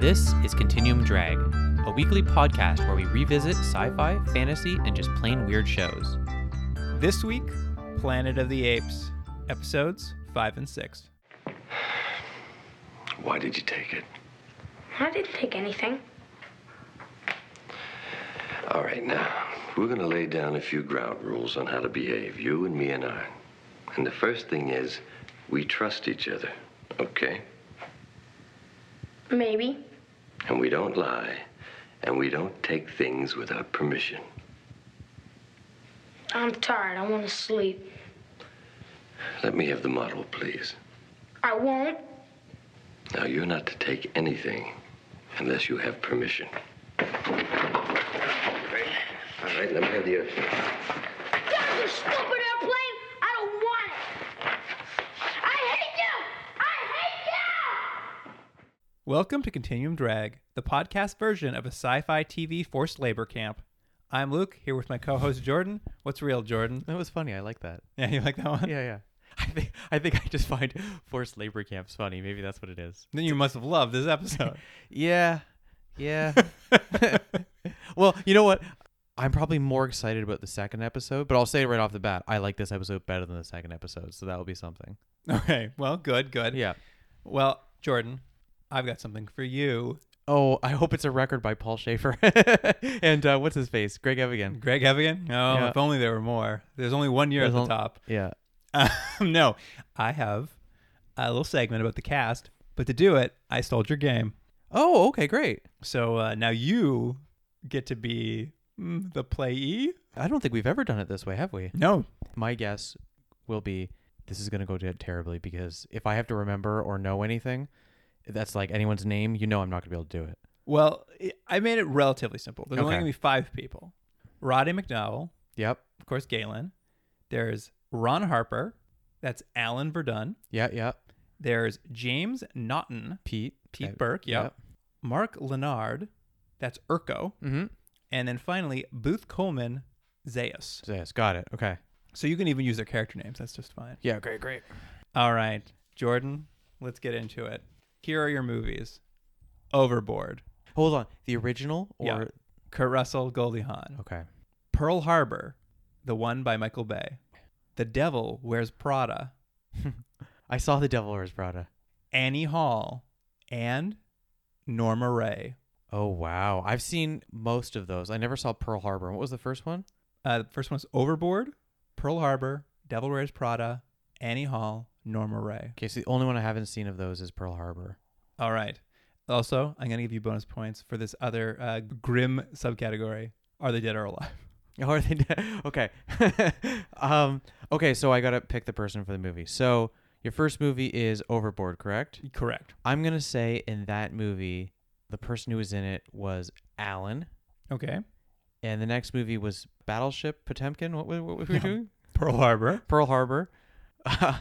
This is Continuum Drag, a weekly podcast where we revisit sci fi, fantasy, and just plain weird shows. This week, Planet of the Apes, episodes five and six. Why did you take it? I didn't take anything. All right, now, we're going to lay down a few ground rules on how to behave, you and me and I. And the first thing is, we trust each other, okay? Maybe. And we don't lie, and we don't take things without permission. I'm tired. I want to sleep. Let me have the model, please. I won't. Now, you're not to take anything unless you have permission. All right, let me have the airplane. God, you stupid airplane! I don't want it! I hate you! I hate you! Welcome to Continuum Drag, the podcast version of a sci fi TV forced labor camp. I'm Luke, here with my co host Jordan. What's real, Jordan? That was funny. I like that. Yeah, you like that one? Yeah, yeah. I think I think I just find forced labor camps funny. Maybe that's what it is. Then you must have loved this episode. Yeah. Yeah. well, you know what? I'm probably more excited about the second episode, but I'll say it right off the bat. I like this episode better than the second episode, so that'll be something. okay, well, good, good. Yeah. Well, Jordan, I've got something for you. Oh, I hope it's a record by Paul Schaefer. and uh, what's his face? Greg Evigan. Greg Evigan? Oh, Yeah. if only there were more. There's only one year at the There's on- top. Yeah. Um, no, I have a little segment about the cast, but to do it, I stole your game. Oh, okay, great. So uh, now you get to be mm, the playee. I don't think we've ever done it this way, have we? No, My guess will be this is going to go de- terribly because if I have to remember or know anything, that's like anyone's name, you know I'm not going to be able to do it. well, i I made it relatively simple. There's only Okay. going to be five people: Roddy McDowell, Yep. of course, Galen. There's Ron Harper. That's Alan Verdun. Yeah, yeah. There's James Naughton, Pete. Pete Uh, Burke. Yeah. yep. Mark Lennard. That's Urko. Mm-hmm. And then finally, Booth Coleman, Zaius. Yes, got it. Okay. So you can even use their character names. That's just fine. Yeah, great, great. All right, Jordan, let's get into it. Here are your movies Overboard, Hold on. The original or Yeah. Kurt Russell, Goldie Hawn, Okay. Pearl Harbor, the one by Michael Bay, The Devil Wears Prada, I saw The Devil Wears Prada. Annie Hall, and Norma Ray. Oh wow. I've seen most of those. I never saw Pearl Harbor. What was the first one? Uh, the first one's Overboard, Pearl Harbor, Devil Wears Prada, Annie Hall, Norma Ray. Okay, so the only one I haven't seen of those is Pearl Harbor. All right. Also, I'm going to give you bonus points for this other uh, grim subcategory Are They Dead or Alive? Oh, are they dead? Okay. um okay, so I got to pick the person for the movie. So, your first movie is Overboard, correct? Correct. I'm going to say in that movie the person who was in it was Alan Okay. and the next movie was Battleship Potemkin. What what, what were we doing? Pearl Harbor. Pearl Harbor. I,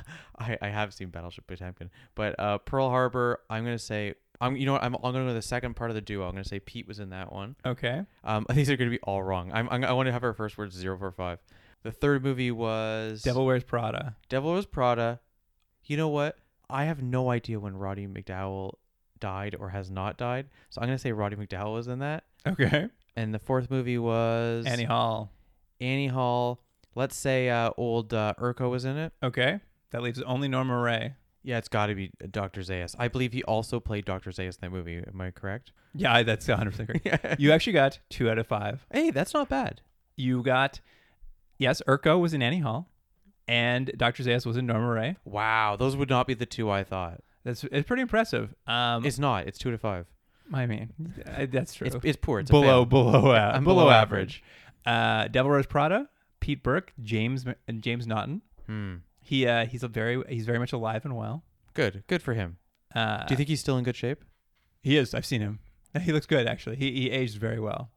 I have seen Battleship Potemkin, but uh, Pearl Harbor. I'm gonna say I'm. You know what? I'm, I'm gonna go to the second part of the duo. I'm gonna say Pete was in that one. Okay. Um, these are gonna be all wrong. I'm. I'm I want to have our first words zero four five. The third movie was Devil Wears Prada. Devil Wears Prada. You know what? I have no idea when Roddy McDowell died or has not died. So I'm gonna say Roddy McDowell was in that. Okay. And the fourth movie was Annie Hall. Annie Hall. Let's say uh, old uh, Urko was in it. Okay. That leaves only Norma Ray. Yeah, it's got to be Dr. Zayas. I believe he also played Dr. Zayas in that movie. Am I correct? Yeah, I- that's 100% correct. You actually got two out of five. Hey, that's not bad. You got, yes, Urko was in Annie Hall, and Dr. Zayas was in Norma Ray. Wow, those would not be the two I thought. That's it's pretty impressive. Um, It's not. It's two to five. I mean, uh, that's true. It's, it's poor. It's a below, fail. below, a- I'm below, Uh, below average. Uh, Devil Rose Prada, Pete Burke, James M- and James Naughton. Hmm. He uh, he's a very he's very much alive and well. Good. Good for him. Uh, Do you think he's still in good shape? He is. I've seen him. He looks good, actually. He, he aged very well.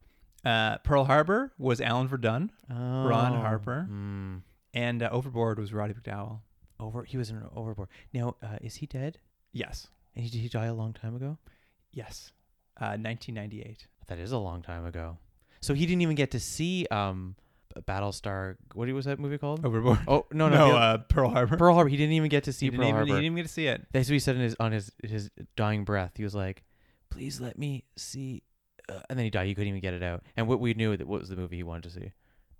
Uh, Pearl Harbor was Alan Verdun, Ron Oh. Harper, Hmm. and uh, Overboard was Roddy McDowell. Over. He was in Overboard. Now, uh, is he dead? Yes. And he, did he die a long time ago? Yes. Uh, 1998. I That is a long time ago. So he didn't even get do to see um, B- Battlestar. What was that movie called? Overboard. Oh no no, no, the other- uh, Pearl Harbor. Pearl Harbor. He didn't even get to see he, Pearl didn't even, he Harbor. didn't even get to see it. That's what he said in his on his his dying breath. He was like, "Please let me see," uh," and then he died. He couldn't even get it out. And what we knew that what was the movie he wanted to see,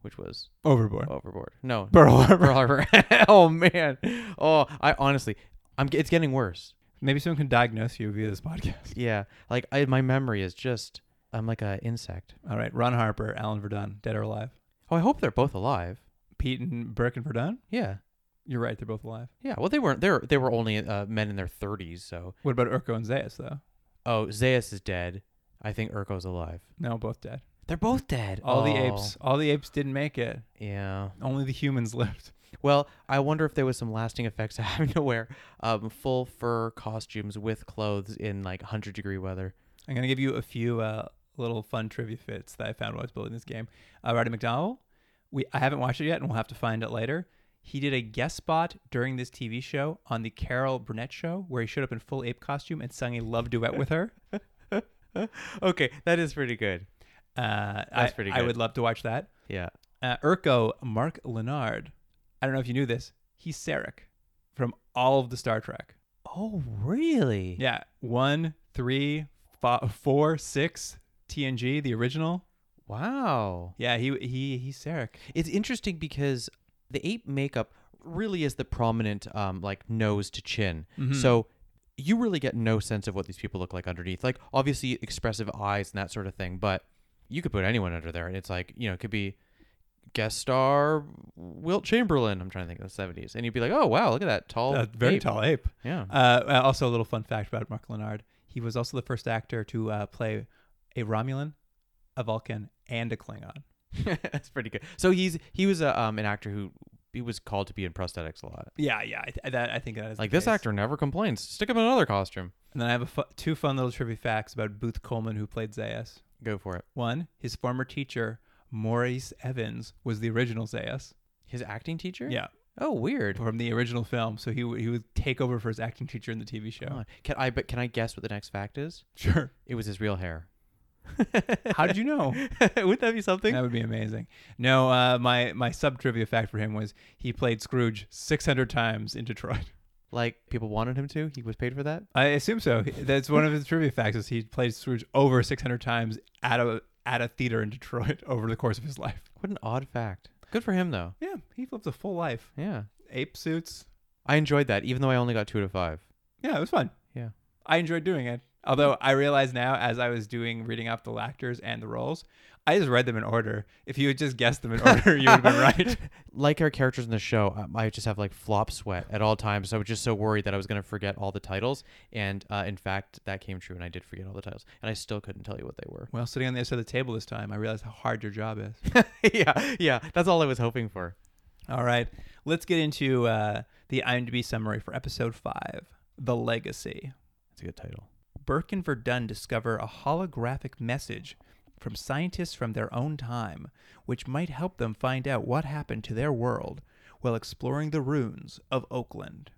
which was Overboard. Overboard. No, Pearl Harbor. Pearl Harbor. oh man. Oh, I honestly, I'm. g- It's getting worse. Maybe someone can diagnose you via this podcast. Yeah, like I, my memory is just. I'm like a insect. All right, Ron Harper, Alan Verdun, dead or alive. Oh, I hope they're both alive. Pete and Burke and Verdun. Yeah, You're right, they're both alive. yeah. Well, they weren't. They were, they were only uh, men in their 30s. So, What about Urko and Zayas though? oh, Zeus is dead. I think Urko's alive. No, both dead. They're both dead. All the Oh, apes, all the apes didn't make it. Yeah. Only the humans lived. Well, I wonder if there was some lasting effects of having to wear um, full fur costumes with clothes in like 100 degree weather. I'm gonna give you a few uh, little fun trivia fits that I found while I was building this game. Uh, Roddy McDowell, we I haven't watched it yet, and we'll have to find it later. He did a guest spot during this TV show on the Carol Burnett show, where he showed up in full ape costume and sung a love duet with her. okay, that is pretty good. Uh, I, That's pretty I good. would love to watch that. Yeah. Uh, Urko, Mark Lennard. I don't know if you knew this. He's Sarek from all of the Star Trek. Oh, really? Yeah, one, three, fo- four, six. TNG, the original. Wow. Yeah, he he he's Sarek. It's interesting because the ape makeup really is the prominent um, like nose to chin. Mm-hmm. So you really get no sense of what these people look like underneath. Like obviously expressive eyes and that sort of thing, but you could put anyone under there and it's like, you know, it could be guest star Wilt Chamberlain. I'm trying to think of the 70s. And you'd be like, "Oh, wow, look at that tall A very ape. tall ape. Yeah. Uh, uh, also, a little fun fact about Mark Leonard. He was also the first actor to uh, play a Romulan, a Vulcan, and a Klingon. That's pretty good. So he's he was a um an actor who he was called to be in prosthetics a lot. Yeah, yeah. I, th- that, I think that is the Like this case. actor never complains. Stick him in another costume. And then I have a fu- two fun little trivia facts about Booth Coleman, who played Zayas. Go for it. One, his former teacher Maurice Evans was the original Zayas. His acting teacher? Yeah, Oh, weird. from the original film. So he w- he would take over for his acting teacher in the TV show. Come on. Can I but can I guess what the next fact is? Sure. It was his real hair. How did you know? Wouldn't that be something? That would be amazing. No, uh, my my sub trivia fact for him was he played Scrooge 600 times in Detroit. Like people wanted him to. He was paid for that. I assume so. That's one of his trivia facts is he played Scrooge over 600 times at a at a theater in Detroit over the course of his life. What an odd fact. Good for him though. Yeah, he lived a full life. Yeah. Ape suits. I enjoyed that, even though I only got two to five. Yeah, it was fun. Yeah. I enjoyed doing it. Although I realize now, as I was doing reading off the actors and the roles, I just read them in order. If you had just guessed them in order, you would have been right. Like our characters in the show, um, I just have like flop sweat at all times. So I was just so worried that I was going to forget all the titles. And uh, in fact, that came true, and I did forget all the titles. And I still couldn't tell you what they were. Well, sitting on the other side of the table this time, I realized how hard your job is. yeah, yeah. That's all I was hoping for. All right, let's get into uh, the IMDb summary for episode five The Legacy. That's a good title. Burke and Verdun discover a holographic message from scientists from their own time, which might help them find out what happened to their world while exploring the ruins of Oakland.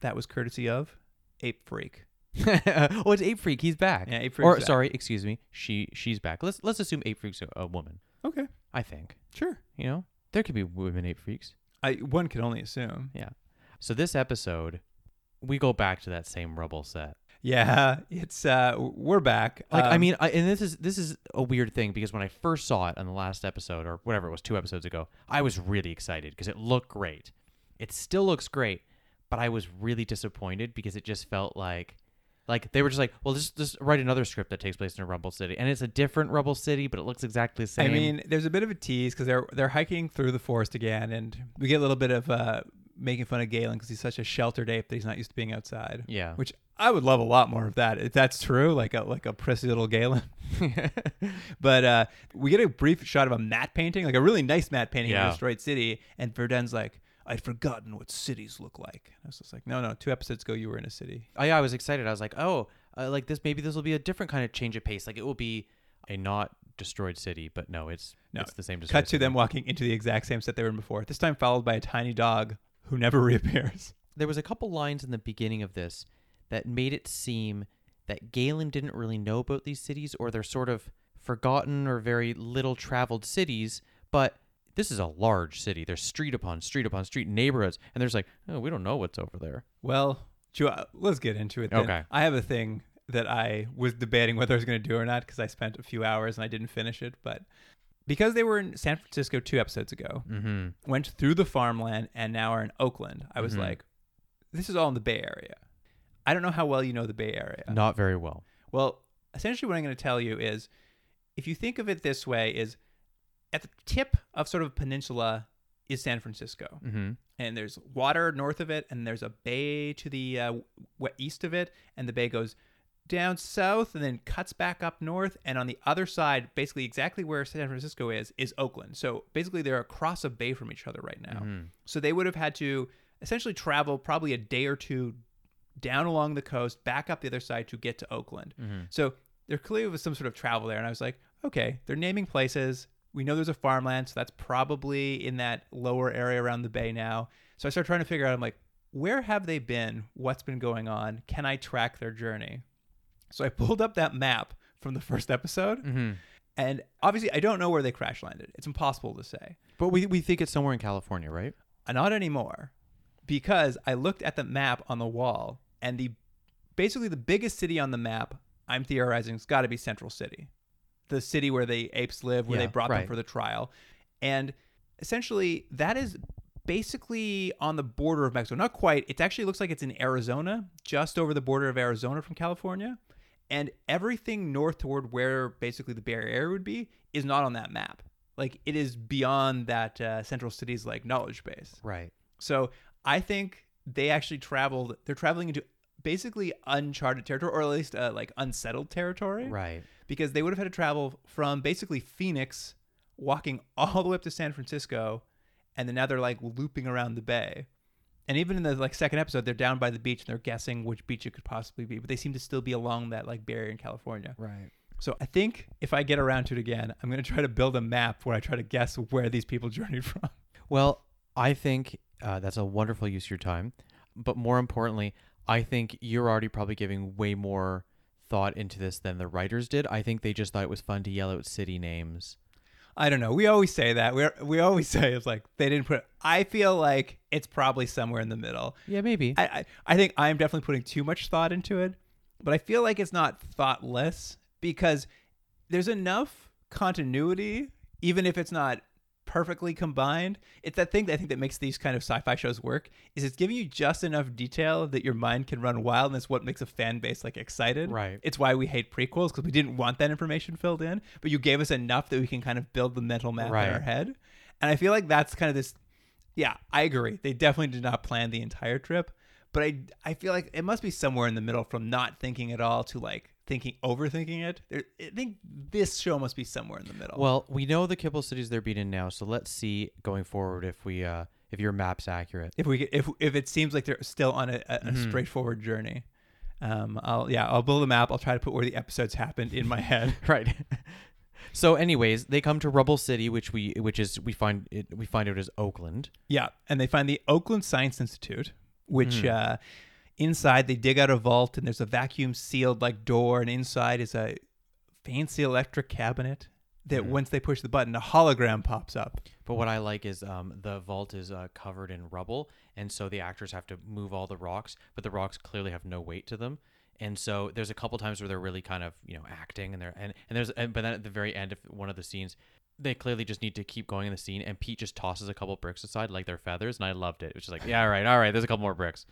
That was courtesy of Ape Freak. oh, it's Ape Freak. He's back. Yeah, Ape Or Freak's back. sorry, excuse me. She she's back. Let's let's assume Ape Freak's a, a woman. Okay, I think. sure. You know, there could be women Ape Freaks. I one can only assume. Yeah. So this episode, we go back to that same rubble set. Yeah, it's uh we're back. Like I Um, mean, I, and this is this is a weird thing because when I first saw it on the last episode or whatever it was, two episodes ago, I was really excited because it looked great. It still looks great, but I was really disappointed because it just felt like like they were just like, well, just just write another script that takes place in a Rumble City, and it's a different Rumble City, but it looks exactly the same. I mean, there's a bit of a tease because they're they're hiking through the forest again, and we get a little bit of uh, making fun of Galen because he's such a sheltered ape that he's not used to being outside. Yeah. which I would love a lot more of that if that's true, like a like a prissy little Galen. but uh, we get a brief shot of a matte painting, like a really nice matte painting Yeah. of Detroit City, and Verdun's like, "I'd forgotten what cities look like." I was just like, "No, no, two episodes ago you were in a city." I, I was excited. I was like, oh, uh, like this, maybe this will be a different kind of change of pace. Like it will be a not destroyed city, but no, it's No, it's the same. destroyed Cut to city. them walking into the exact same set they were in before. This time followed by a tiny dog who never reappears. There was a couple lines in the beginning of this that made it seem that Galen didn't really know about these cities, or they're sort of forgotten or very little traveled cities, but this is a large city. There's street upon street upon street neighborhoods, and there's like, oh, we don't know what's over there. Well, Ju- uh, let's get into it. Then. Okay. I have a thing that I was debating whether I was going to do or not because I spent a few hours and I didn't finish it. But because they were in San Francisco two episodes ago, went through the farmland and now are in Oakland, I was like, this is all in the Bay Area. I don't know how well you know the Bay Area. Not very well. Well, essentially, what I'm going to tell you is, if you think of it this way, is at the tip of sort of a peninsula is San Francisco, Mm-hmm. and there's water north of it, and there's a bay to the uh, w- east of it, and the bay goes down south and then cuts back up north, and on the other side, basically exactly where San Francisco is, is Oakland. So basically, they're across a bay from each other right now. So they would have had to essentially travel probably a day or two down along the coast, back up the other side to get to Oakland. So there clearly was some sort of travel there. And I was like, okay, they're naming places. We know there's a farmland, so that's probably in that lower area around the bay now. So I started trying to figure out, I'm like, where have they been? What's been going on? Can I track their journey? So I pulled up that map from the first episode. And obviously, I don't know where they crash landed. It's impossible to say. But we, we think it's somewhere in California, right? Uh, not anymore because i looked at the map on the wall and the basically the biggest city on the map i'm theorizing has got to be central city the city where the apes live where Yeah, they brought them right. for the trial and essentially that is basically on the border of mexico not quite it actually looks like it's in arizona just over the border of arizona from california and everything north toward where basically the barrier would be is not on that map like it is beyond that uh, central city's like knowledge base Right. so I think they actually traveled. They're traveling into basically uncharted territory, or at least uh, like unsettled territory, Right. Because they would have had to travel from basically Phoenix, walking all the way up to San Francisco, and then now they're like looping around the bay. And even in the like second episode, they're down by the beach and they're guessing which beach it could possibly be, but they seem to still be along that like barrier in California. Right. So I think if I get around to it again, I'm gonna try to build a map where I try to guess where these people journeyed from. Well, I think uh, that's a wonderful use of your time. But more importantly, I think you're already probably giving way more thought into this than the writers did. I think they just thought it was fun to yell out city names. I don't know. We always say that. We we always say it's like they didn't put. I feel like it's probably somewhere in the middle. Yeah, maybe. I I, I think I'm definitely putting too much thought into it, but I feel like it's not thoughtless because there's enough continuity, even if it's not perfectly combined. It's that thing that I think that makes these kind of sci-fi shows work is it's giving you just enough detail that your mind can run wild, and it's what makes a fan base like excited. Right. It's why we hate prequels because we didn't want that information filled in, but you gave us enough that we can kind of build the mental map in our Right. head. And I feel like that's kind of this. Yeah, I agree. They definitely did not plan the entire trip, but I I feel like it must be somewhere in the middle from not thinking at all to like thinking overthinking it. There, I think this show must be somewhere in the middle. well, we know the Kibble cities they're beaten now, so let's see going forward if we uh, if your map's accurate. if we get, if if it seems like they're still on a, a, a straightforward journey, um, I'll yeah I'll build a map. I'll try to put where the episodes happened in my head. Right. so, anyways, they come to Rubble City, which we which is we find it we find out is Oakland. Yeah, and they find the Oakland Science Institute, Hmm. which uh, inside they dig out a vault and there's a vacuum sealed like door, and inside is a fancy electric cabinet that once they push the button, a hologram pops up. But Hmm. what I like is um, the vault is uh, covered in rubble, and so the actors have to move all the rocks, but the rocks clearly have no weight to them. And so there's a couple times where they're really kind of you know acting, and they're and, and there's and, but then at the very end of one of the scenes, they clearly just need to keep going in the scene, and Pete just tosses a couple bricks aside like they're feathers, and I loved it. It was just like yeah, all right, all right, there's a couple more bricks,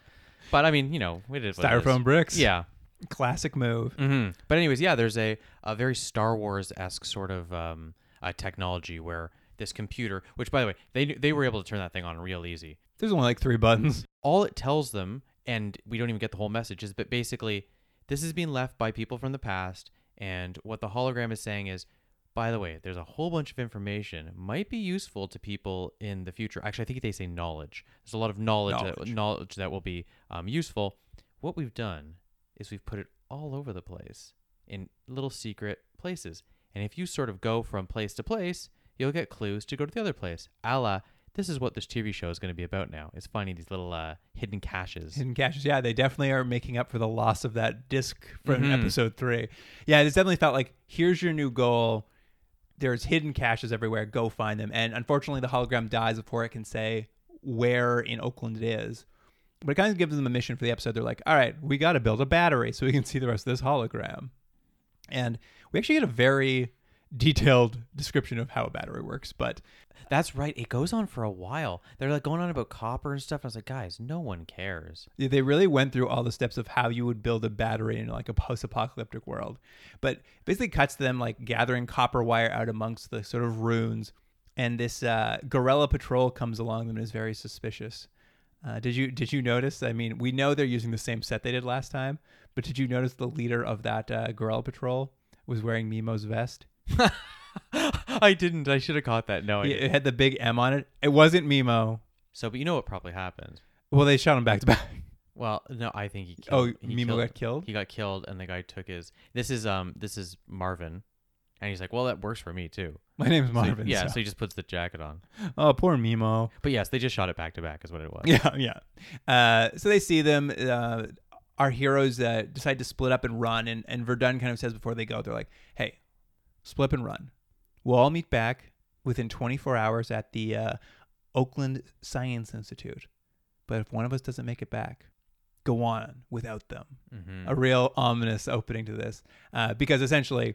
but I mean you know it is what it is. Styrofoam bricks. yeah. Classic move. hmm But anyways, yeah, there's a, a very Star Wars esque sort of um, uh, technology where this computer, which by the way, they knew- they were able to turn that thing on real easy. There's only like three buttons. All it tells them, and we don't even get the whole message, is but basically, this is being left by people from the past, and what the hologram is saying is. By the way, there's a whole bunch of information might be useful to people in the future. Actually, I think they say knowledge. There's a lot of knowledge that, Knowledge. knowledge that will be um, useful. What we've done is we've put it all over the place in little secret places. And if you sort of go from place to place, you'll get clues to go to the other place. A la, this is what this TV show is going to be about now. Is finding these little uh, hidden caches. Hidden caches. Yeah, they definitely are making up for the loss of that disc from episode three. Yeah, it's definitely felt like here's your new goal. There's hidden caches everywhere. Go find them. And unfortunately, the hologram dies before it can say where in Oakland it is. But it kind of gives them a mission for the episode. They're like, all right, we got to build a battery so we can see the rest of this hologram. And we actually get a very detailed description of how a battery works. But That's right. It goes on for a while. They're like going on about copper and stuff. I was like, guys, no one cares. they really went through all the steps of how you would build a battery in like a post-apocalyptic world but basically cuts to them like gathering copper wire out amongst the sort of ruins and this uh, gorilla patrol comes along them and is very suspicious uh, did you did you notice i mean we know they're using the same set they did last time but did you notice the leader of that uh, gorilla patrol was wearing mimo's vest I didn't. I should have caught that. No, I it didn't. it had the big m on it it wasn't mimo So, but you know what probably happened? well they shot him back to back Well, no, I think he. Oh, Killed, he Mimo killed- got killed? He got killed, and the guy took his. This is um, this is Marvin, and he's like, "Well, that works for me too." my name's So- marvin yeah, so- so he just puts the jacket on. oh poor mimo But yes, they just shot it back to back, is what it was. Yeah, yeah. Uh, so they see them. Uh, our heroes uh, decide to split up and run. And, and Verdun kind of says before they go, they're like, hey, split up and run. We'll all meet back within 24 hours at the uh, Oakland Science Institute. But if one of us doesn't make it back, go on without them. Mm-hmm. A real ominous opening to this. Uh, because essentially,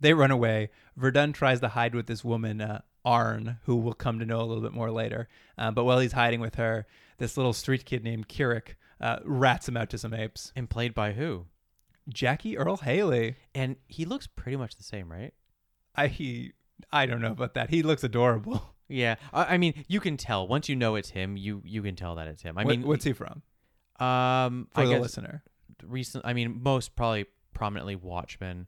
they run away. Verdun tries to hide with this woman, uh, Arn, who we'll come to know a little bit more later. Uh, but while he's hiding with her, this little street kid named Kirik uh, rats him out to some apes. And played by who? Jackie Earl Haley. And he looks pretty much the same, right? I he, I don't know about that. He looks adorable. Yeah, I, I mean, you can tell once you know it's him. You you can tell that it's him. I What- mean, what's he from? um, For I the guess listener, recent. I mean, most probably prominently Watchmen,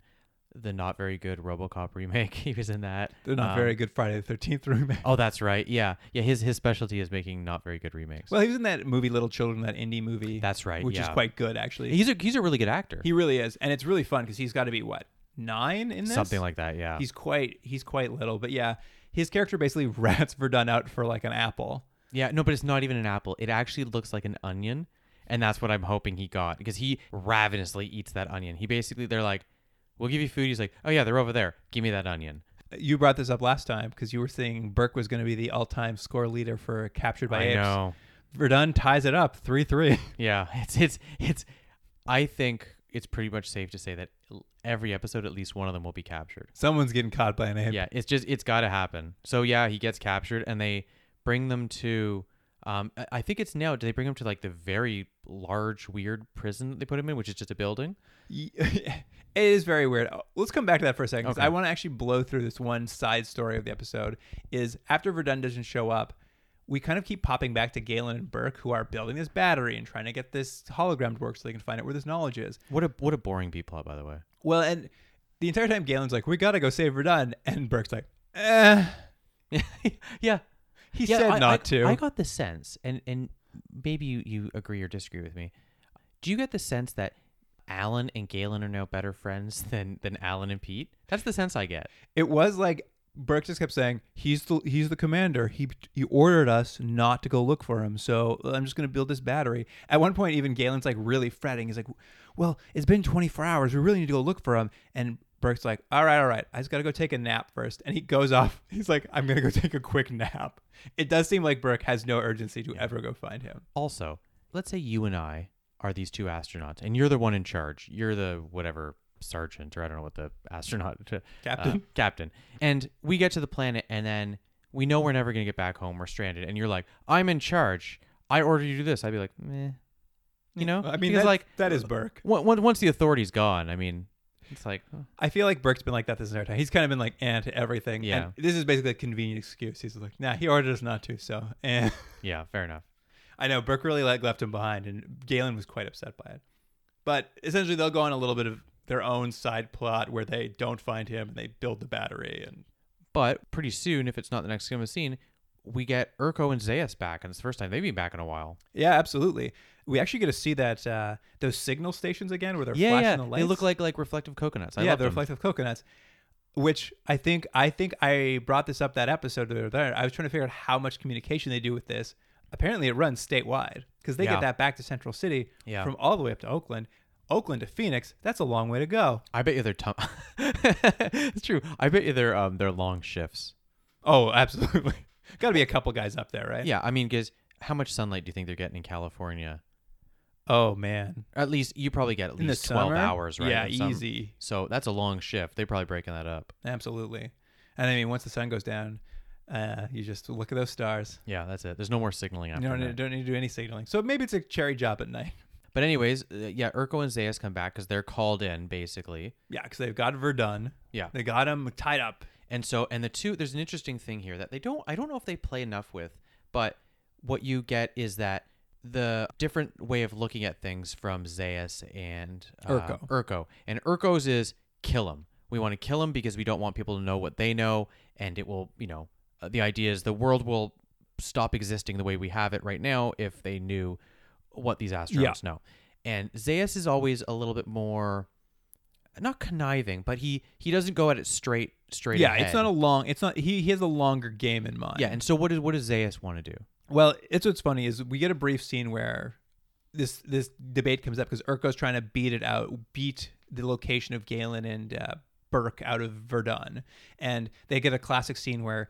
the not very good RoboCop remake. He was in that. they're not Um, very good Friday the Thirteenth remake. Oh, that's right. Yeah, yeah. His his specialty is making not very good remakes. Well, he was in that movie Little Children, that indie movie. That's right, which is yeah. quite good actually. he's a he's a really good actor. he really is, and it's really fun because he's got to be what nine in this Something like that. Yeah. He's quite he's quite little, but yeah, his character basically rats Verdun out for like an apple. yeah. No, but it's not even an apple. It actually looks like an onion, and that's what I'm hoping he got because he ravenously eats that onion. He basically they're like, "We'll give you food." He's like, "Oh yeah, they're over there. Give me that onion." You brought this up last time because you were saying Burke was going to be the all-time score leader for captured by I apes. know. Verdun ties it up three three. Yeah, it's it's it's. I think it's pretty much safe to say that l- every episode, at least one of them will be captured. Someone's getting caught by an ape. Yeah, it's just it's got to happen. So yeah, he gets captured, and they bring them to. Um, I- I think it's now. Do they bring him to like the very large, weird prison that they put him in, which is just a building? Y- it is very weird. Oh, Let's come back to that for a second 'cause Okay. I want to actually blow through this one side story of the episode. Is after Verdun doesn't show up, we kind of keep popping back to Galen and Burke, who are building this battery and trying to get this hologram to work so they can find out where this knowledge is. What a what a boring B plot, by the way. Well, and the entire time Galen's like, "We gotta go save Verdun," and Burke's like, "Eh." yeah, He Yeah, said I- not I- to. I got the sense, and and maybe you you agree or disagree with me. Do you get the sense that Alan and Galen are now better friends than than Alan and Pete? That's the sense I get. it was like Burke just kept saying, "He's the he's the commander. He he ordered us not to go look for him. So I'm just gonna build this battery." At one point, even Galen's like really fretting. He's like, "Well, it's been 24 hours. We really need to go look for him." And Burke's like, "All right, all right. I just gotta go take a nap first. And he goes off. He's like, "I'm gonna go take a quick nap." It does seem like Burke has no urgency to ever go find him. Also, let's say you and I are these two astronauts, and you're the one in charge. You're the whatever sergeant, or I don't know what the astronaut uh, Captain. captain. And we get to the planet, and then we know we're never gonna get back home. We're stranded, and you're like, "I'm in charge. I order you to do this." I'd be like, "Meh." You know, I mean, Because, that's, that is Burke. Once- once once the authority's gone, I mean, it's like oh, I feel like Burke's been like that this entire time. He's kind of been like eh to everything. Yeah. And this is basically a convenient excuse. He's like, nah, he ordered us not to, so eh. yeah, fair enough. I know Burke really like left him behind and Galen was quite upset by it. But essentially they'll go on a little bit of their own side plot where they don't find him and they build the battery and But pretty soon, if it's not the next coming scene, we get Urko and Zayas back, and it's the first time they've been back in a while. yeah, absolutely. We actually get to see that uh, those signal stations again where they're flashing the lights. they look like like reflective coconuts. I yeah, love the them. reflective coconuts. which I think I think I brought this up that episode that we were there. I was trying to figure out how much communication they do with this. Apparently, it runs statewide because they Yeah. get that back to Central City Yeah. from all the way up to Oakland. Oakland to Phoenix, that's a long way to go. I bet you they're tum- It's true. I bet you they're um they're long shifts. Oh, absolutely. Got to be a couple guys up there, right? Yeah, I mean, because how much sunlight do you think they're getting in California? Oh man, At least you probably get at In the least twelve summer? hours, right? Yeah, of sun. easy. So that's a long shift. They're probably breaking that up. absolutely. And I mean, once the sun goes down, uh, you just look at those stars. Yeah, that's it. There's no more signaling You after don't that. need, don't need to do any signaling. So maybe it's a cherry job at night. But anyways, uh, yeah, Urko and Zayas come back because they're called in basically. Yeah, because they've got Verdun. Yeah. They got him tied up. And so, and the two, there's an interesting thing here that they don't, I don't know if they play enough with, but what you get is that the different way of looking at things from Zayas and uh, Urko. Urko. And Urko's is kill him. We want to kill him because we don't want people to know what they know. And it will, you know, uh, the idea is the world will stop existing the way we have it right now if they knew what these astronauts Yeah. know. And Zayas is always a little bit more not conniving, but he he doesn't go at it straight straight. Yeah, ahead. it's not a long. It's not. He, he has a longer game in mind. yeah. And so what does what does Zayas want to do? Well, it's what's funny is we get a brief scene where this this debate comes up because Urko's trying to beat it out, beat the location of Galen and uh, Burke out of Verdun, and they get a classic scene where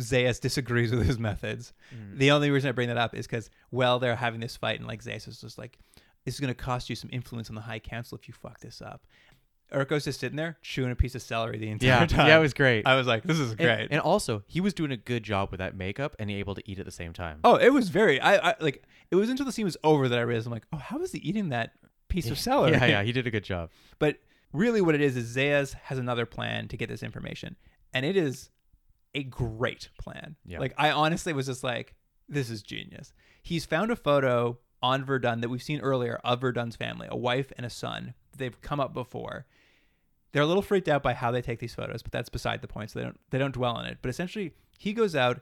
Zayas disagrees with his methods. Mm. The only reason I bring that up is because while they're having this fight, and like Zayas is just like, "This is going to cost you some influence on the High Council if you fuck this up." Urko's just sitting there chewing a piece of celery the entire Yeah, time. yeah, it was great. I was like, "This is And, great." and also, he was doing a good job with that makeup and able to eat at the same time. Oh, it was very. I, I like. It was until the scene was over that I realized I'm like, oh, how is he eating that piece of celery? yeah, yeah, he did a good job. But really, what it is is Zayas has another plan to get this information, and it is a great plan. Yeah. Like I honestly was just like, this is genius. He's found a photo on Verdun that we've seen earlier of Verdun's family, a wife and a son. They've come up before. They're a little freaked out by how they take these photos, but that's beside the point. So they don't they don't dwell on it. But essentially, he goes out,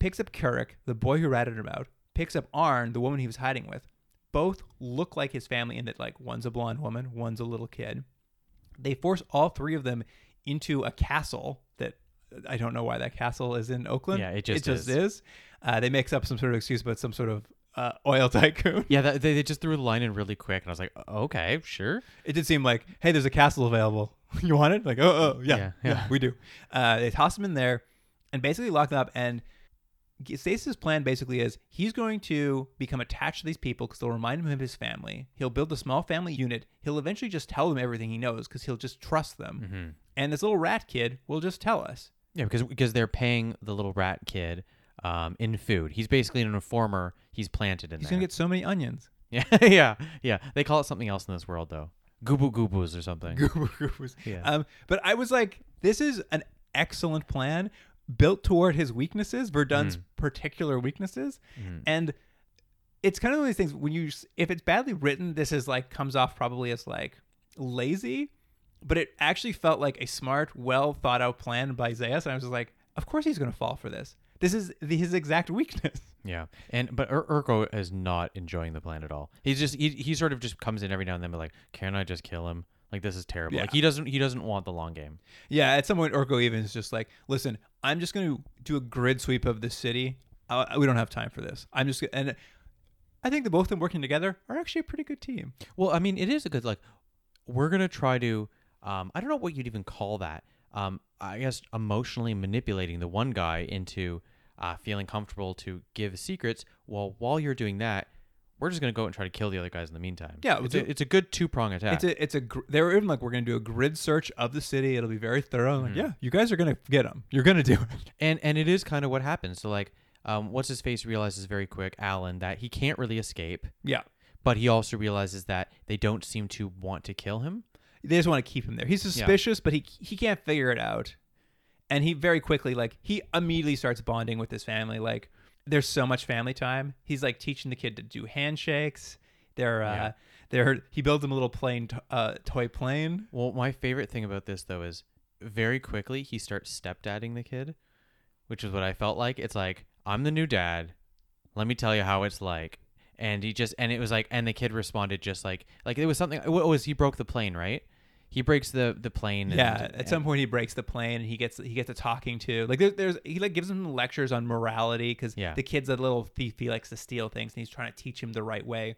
picks up Kurik, the boy who ratted him out, picks up Arn, the woman he was hiding with. Both look like his family in that like one's a blonde woman, one's a little kid. They force all three of them into a castle that uh, I don't know why that castle is in Oakland. Yeah, it just it just is. is. Uh, they makes up some sort of excuse about some sort of uh, oil tycoon. Yeah, that, they, they just threw the line in really quick, and I was like, "Oh, okay, sure. It did seem like, hey, there's a castle available. you want it? Like, oh, oh, yeah, Yeah, yeah, yeah. we do. Uh, they toss him in there and basically lock them up. And Stasis' plan basically is he's going to become attached to these people because they'll remind him of his family. He'll build a small family unit. He'll eventually just tell them everything he knows because he'll just trust them. Mm-hmm. And this little rat kid will just tell us. Yeah, because because they're paying the little rat kid um, in food. He's basically an informer. He's planted in He's there. going to get so many onions. yeah, yeah, yeah. They call it something else in this world though, goobu goobus or something. Goober Goobers. Yeah. Um, but I was like, this is an excellent plan built toward his weaknesses, Verdun's particular weaknesses, and it's kind of one of these things when you s- if it's badly written, this is like comes off probably as like lazy, but it actually felt like a smart, well thought out plan by Zayas, and I was just like, of course he's going to fall for this. This is the, his exact weakness. Yeah, and but Ur- Urko is not enjoying the plan at all. He's just he, he sort of just comes in every now and then, but like, can I just kill him? Like this is terrible. Like Yeah. he doesn't he doesn't want the long game. Yeah, at some point, Orko even is just like, listen, I'm just going to do a grid sweep of the city. I, we don't have time for this. I'm just, gonna, and I think the both of them working together are actually a pretty good team. Well, I mean, it is a good like. We're gonna try to. Um, I don't know what you'd even call that. Um, I guess emotionally manipulating the one guy into uh, feeling comfortable to give secrets. Well, while you're doing that, we're just gonna go and try to kill the other guys in the meantime. Yeah, we'll it's, a, do- it's a good two prong attack. It's a, it's a, gr- they were even like, we're going to do a grid search of the city. It'll be very thorough. I'm like, yeah, you guys are going to get them. You're going to do it. and and it is kind of what happens. So like, um, what's his face realizes very quick, Alan, that he can't really escape, Yeah. but he also realizes that they don't seem to want to kill him. They just want to keep him there. He's suspicious, but he, he can't figure it out. And he very quickly, like, he immediately starts bonding with his family. Like, there's so much family time. He's like teaching the kid to do handshakes. They're, uh, Yeah. they're, he builds him a little plane, t- uh, toy plane. Well, my favorite thing about this though is very quickly he starts stepdadding the kid, which is what I felt like. It's like I'm the new dad. Let me tell you how it's like. And he just and it was like and the kid responded just like like it was something. What was he broke the plane right? He breaks the the plane. And, Yeah, at some point he breaks the plane and he gets he gets a talking to like there's, there's he like gives him lectures on morality because Yeah. the kid's a little thief. He likes to steal things and he's trying to teach him the right way. And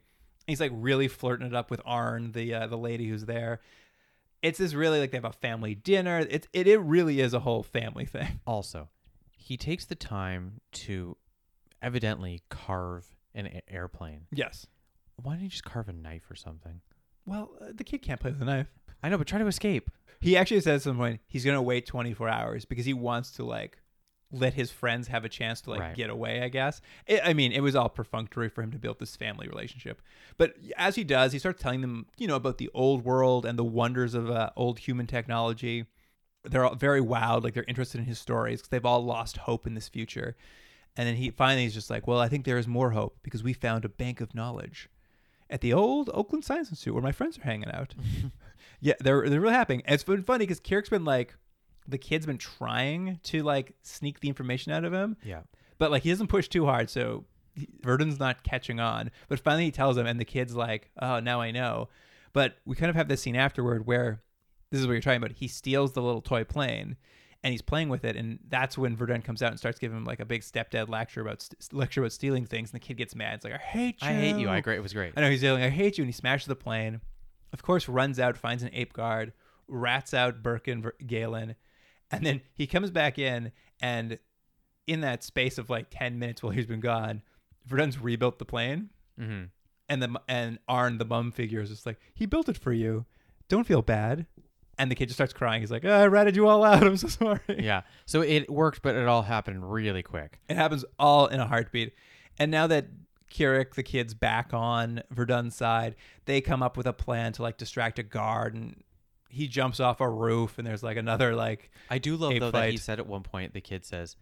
he's like really flirting it up with Arn, the uh, the lady who's there. It's this really like they have a family dinner. It's it it really is a whole family thing. also, he takes the time to evidently carve an a- airplane. Yes. Why didn't he just carve a knife or something? Well, uh, the kid can't play with a knife. I know, but try to escape. He actually says at some point he's gonna wait 24 hours because he wants to like let his friends have a chance to like Right. get away. I guess. It, I mean, it was all perfunctory for him to build this family relationship. But as he does, he starts telling them, you know, about the old world and the wonders of uh, old human technology. They're all very wowed, like they're interested in his stories because they've all lost hope in this future. And then he finally is just like, well, I think there is more hope because we found a bank of knowledge at the old Oakland Science Institute where my friends are hanging out. yeah, they're they're really happy. And It's been funny because Kirk's been like, the kid's been trying to like sneak the information out of him, Yeah. but like he doesn't push too hard, so he- Verdon's not catching on. But finally, he tells him, and the kid's like, "Oh, now I know." But we kind of have this scene afterward where this is what you're talking about. He steals the little toy plane. And he's playing with it, and that's when Verdun comes out and starts giving him like a big stepdad lecture about st- lecture about stealing things. And the kid gets mad. It's like, "I hate you! I hate you. I agree. It was great. I know he's yelling, I hate you, and he smashes the plane. Of course, runs out, finds an ape guard, rats out Birkin Ver- Galen, and then he comes back in. And in that space of like 10 minutes while he's been gone, Verdun's rebuilt the plane. Mm-hmm. And the and Arn, the mum figure, is just like, he built it for you. Don't feel bad. And the kid just starts crying. He's like, oh, I ratted you all out. I'm so sorry. Yeah. So it worked, but it all happened really quick. It happens all in a heartbeat. And now that Kirik, the kid's back on Verdun's side, they come up with a plan to like distract a guard and he jumps off a roof and there's like another like I do love Ape though that he fight. said at one point the kid says,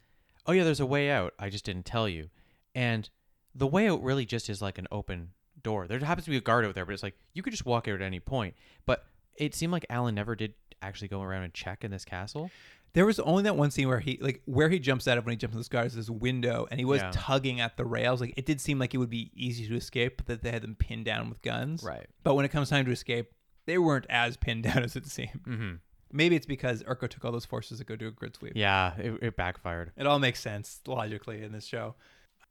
"Oh yeah, there's a way out. I just didn't tell you." And the way out really just is like an open door. There happens to be a guard out there, but it's like you could just walk out at any point. But it seemed like Alan never did actually go around and check in this castle. there was only that one scene where he like where he jumps out of when he jumps in this guard is this window and he was Yeah. tugging at the rails. Like it did seem like it would be easy to escape, but that they had them pinned down with guns. Right. But when it comes time to escape, they weren't as pinned down as it seemed. Mhm. Maybe it's because Urko took all those forces to go do a grid sweep. Yeah, it, it backfired. It all makes sense logically in this show.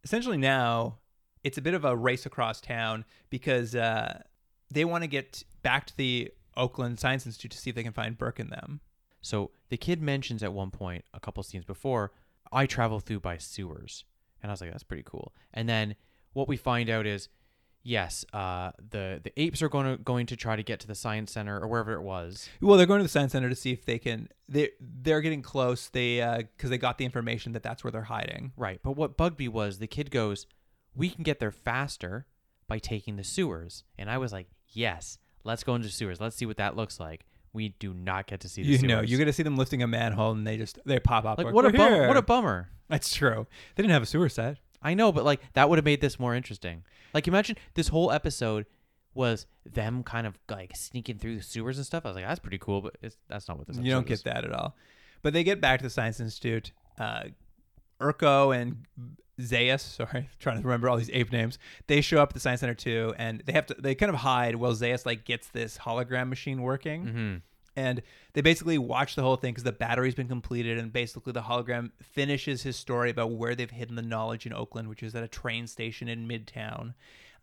Essentially, now it's a bit of a race across town because uh, they want to get back to the Oakland Science Institute to see if they can find Burke in them. So the kid mentions at one point, a couple scenes before, I travel through by sewers. And I was like, that's pretty cool. And then what we find out is, yes, uh, the, the apes are going to, going to try to get to the science center or wherever it was. Well, they're going to the Science Center to see if they can. They they're getting close. They because they got the information that that's where they're hiding. Right. But what bugged me was the kid goes, we can get there faster by taking the sewers. And I was like, yes, let's go into sewers. Let's see what that looks like. We do not get to see the You sewers. know, you're gonna see them lifting a manhole and they just they pop up. like, what a "We're bum- here." what a bummer. That's true. They didn't have a sewer set. I know, but like that would have made this more interesting. Like imagine this whole episode was them kind of like sneaking through the sewers and stuff. I was like, that's pretty cool, but it's, that's not what this. You don't episode is. get that at all. But they get back to the Science Institute. Uh, Urko and Zeus, sorry, trying to remember all these ape names. They show up at the Science Center too, and they have to. They kind of hide while Zeus like gets this hologram machine working, and they basically watch the whole thing because the battery's been completed, and basically the hologram finishes his story about where they've hidden the knowledge in Oakland, which is at a train station in Midtown,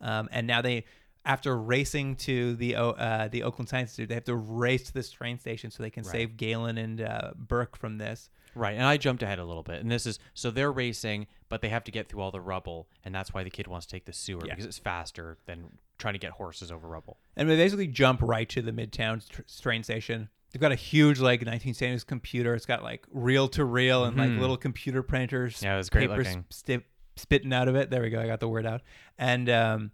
um, and now they. After racing to the O- uh, the Oakland Science Institute, they have to race to this train station so they can save Galen and uh, Burke from this. right. And I jumped ahead a little bit, and this is so they're racing, but they have to get through all the rubble, and that's why the kid wants to take the sewer because it's faster than trying to get horses over rubble. and they basically jump right to the midtown tr- train station they've got a huge like 1970s computer it's got like reel to reel and like little computer printers Mm-hmm. Yeah, it was great looking. sti- spitting out of it there we go i got the word out and um,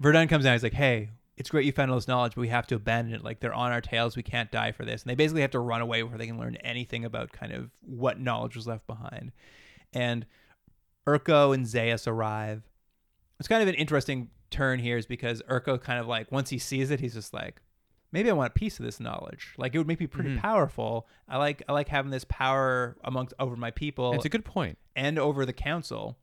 verdun comes out he's like hey it's great you found all this knowledge but we have to abandon it like they're on our tails we can't die for this and they basically have to run away before they can learn anything about kind of what knowledge was left behind and urko and zeus arrive it's kind of an interesting turn here is because Urko kind of like once he sees it, he's just like, maybe I want a piece of this knowledge. Like it would make me pretty Mm-hmm. powerful. I like I like having this power amongst over my people it's a good point. and over the council.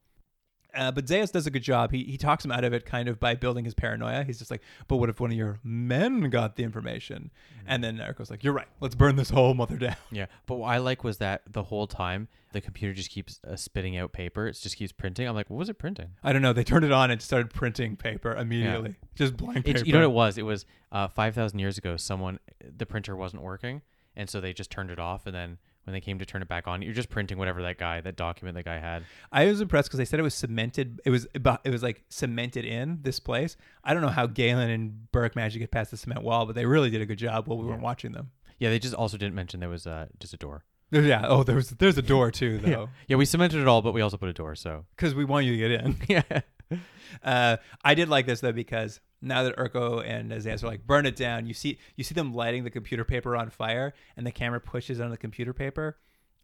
Uh, but Zayas does a good job. He, he talks him out of it kind of by building his paranoia. He's just like, but what if one of your men got the information? Mm-hmm. And then Eriko's like, you're right. Let's burn this whole mother down. Yeah, but what I like was that the whole time the computer just keeps uh, spitting out paper. It just keeps printing. I'm like, what was it printing? I don't know. They turned it on and started printing paper immediately. Just blank paper. It's, you know what it was? It was uh, five thousand years ago. Someone the printer wasn't working, and so they just turned it off. And then when they came to turn it back on, you're just printing whatever that guy, that document that guy had. I was impressed because they said it was cemented. It was about- it was like cemented in this place. I don't know how Galen and Burke managed to get past the cement wall, but they really did a good job while we weren't watching them. Yeah, they just also didn't mention there was uh, just a door. Yeah. Oh, there's there's a door too though, Yeah, we cemented it all, but we also put a door. So because we want you to get in. yeah, Uh, I did like this though because now that Urko and Zayas are like burn it down, you see you see them lighting the computer paper on fire, and the camera pushes on the computer paper,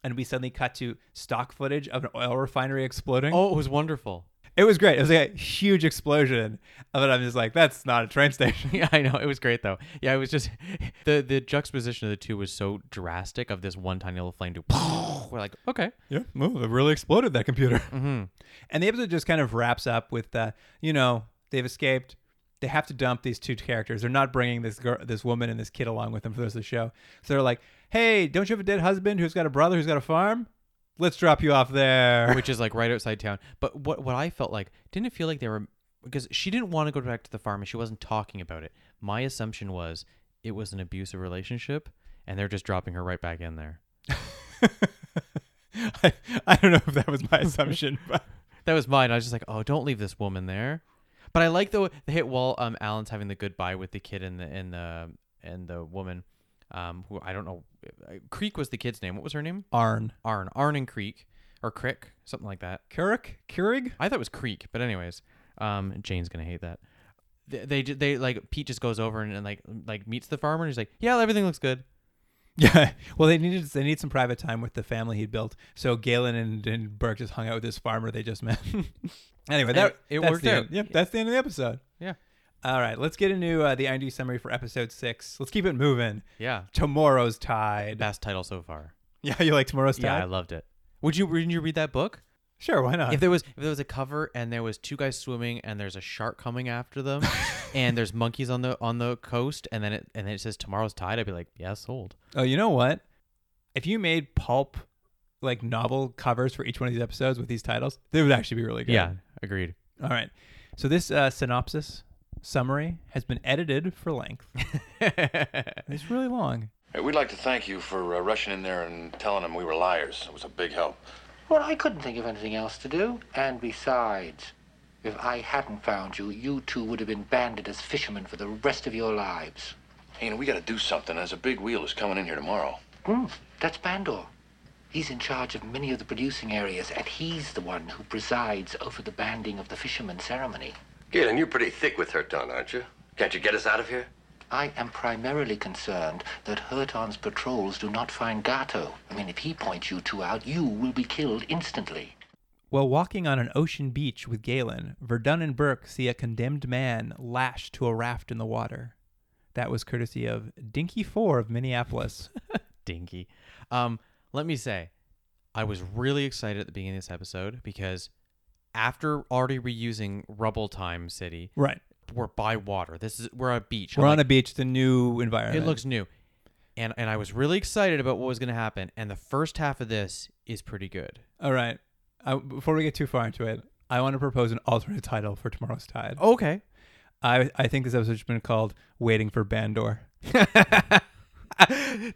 and we suddenly cut to stock footage of an oil refinery exploding. oh, it was wonderful. It was great. It was like a huge explosion, but I'm just like, that's not a train station. Yeah, I know it was great though. Yeah, it was just the the juxtaposition of the two was so drastic. Of this one tiny little flame to, we're like, okay, Yeah, well, it really exploded that computer. Mm-hmm. And the episode just kind of wraps up with, uh, you know, they've escaped. They have to dump these two characters. They're not bringing this girl, this woman, and this kid along with them for the rest of the show. So they're like, "Hey, don't you have a dead husband who's got a brother who's got a farm? Let's drop you off there." which is like right outside town. But what what I felt like didn't it feel like they were because she didn't want to go back to the farm and she wasn't talking about it. My assumption was it was an abusive relationship and they're just dropping her right back in there. I, I don't know if that was my assumption, but That was mine. I was just like, oh, don't leave this woman there. But I like the the hit while um Alan's having the goodbye with the kid and the and the and the woman, um who I don't know, uh, Creek was the kid's name. What was her name? Arn Arn Arn and Creek or Crick something like that. Keurig Keurig. I thought it was Creek, but anyways, um, Jane's gonna hate that. They, they ju- they like Pete just goes over and, and like like meets the farmer and he's like, yeah, everything looks good. Yeah. Well, they needed they need some private time with the family he'd built. So Galen and, and Burke just hung out with this farmer they just met. anyway, that it that's worked the- out. Yep, that's the end of the episode. Yeah, All right, let's get into uh, the IMDb summary for episode six. Let's keep it moving. yeah. Tomorrow's Tide. Best title so far. Yeah, you like Tomorrow's Tide? Yeah, I loved it. Would you would you read that book? sure, why not? If there was if there was a cover and there was two guys swimming and there's a shark coming after them and there's monkeys on the on the coast and then it and then it says tomorrow's tide, I'd be like, yeah, sold. oh, you know what? If you made pulp like novel covers for each one of these episodes with these titles, they would actually be really good. Yeah, agreed. All right. So this uh, synopsis summary has been edited for length. it's really long. Hey, we'd like to thank you for uh, rushing in there and telling them we were liars. It was a big help. Well, I couldn't think of anything else to do. And besides, if I hadn't found you, you two would have been banded as fishermen for the rest of your lives. Hey, you know, we got to do something. There's a big wheel who's coming in here tomorrow. Hmm, that's Bandor. He's in charge of many of the producing areas, and he's the one who presides over the banding of the fishermen ceremony. Galen, you're pretty thick with Herton, aren't you? Can't you get us out of here? I am primarily concerned that Herton's patrols do not find Gato. I mean, if he points you two out, you will be killed instantly. While walking on an ocean beach with Galen, Verdun and Burke see a condemned man lashed to a raft in the water. That was courtesy of Dinky Four of Minneapolis. dinky. Um, let me say, I was really excited at the beginning of this episode because after already reusing Rubble Time City, right. we're by water. This is we're on a beach. We're I'm on a like, beach, the new environment. It looks new, and and I was really excited about what was going to happen. And the first half of this is pretty good. All right. I, before we get too far into it, I want to propose an alternate title for Tomorrow's Tide. Okay. I, I think this episode should have been called Waiting for Bandor.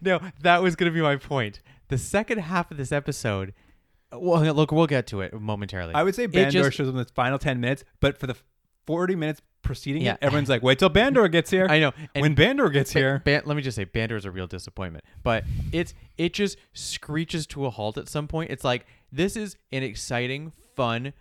no, that was going to be my point. The second half of this episode. uh, Well, look, we'll get to it momentarily. I would say It Bandor just- shows up in the final 10 minutes, but for the 40 minutes preceding Yeah. it, everyone's like, wait till Bandor gets here. I know. And- when Bandor gets Ba- here. Ban- let me just say, Bander is a real disappointment. But it's it just screeches to a halt at some point. It's like this is an exciting, fun,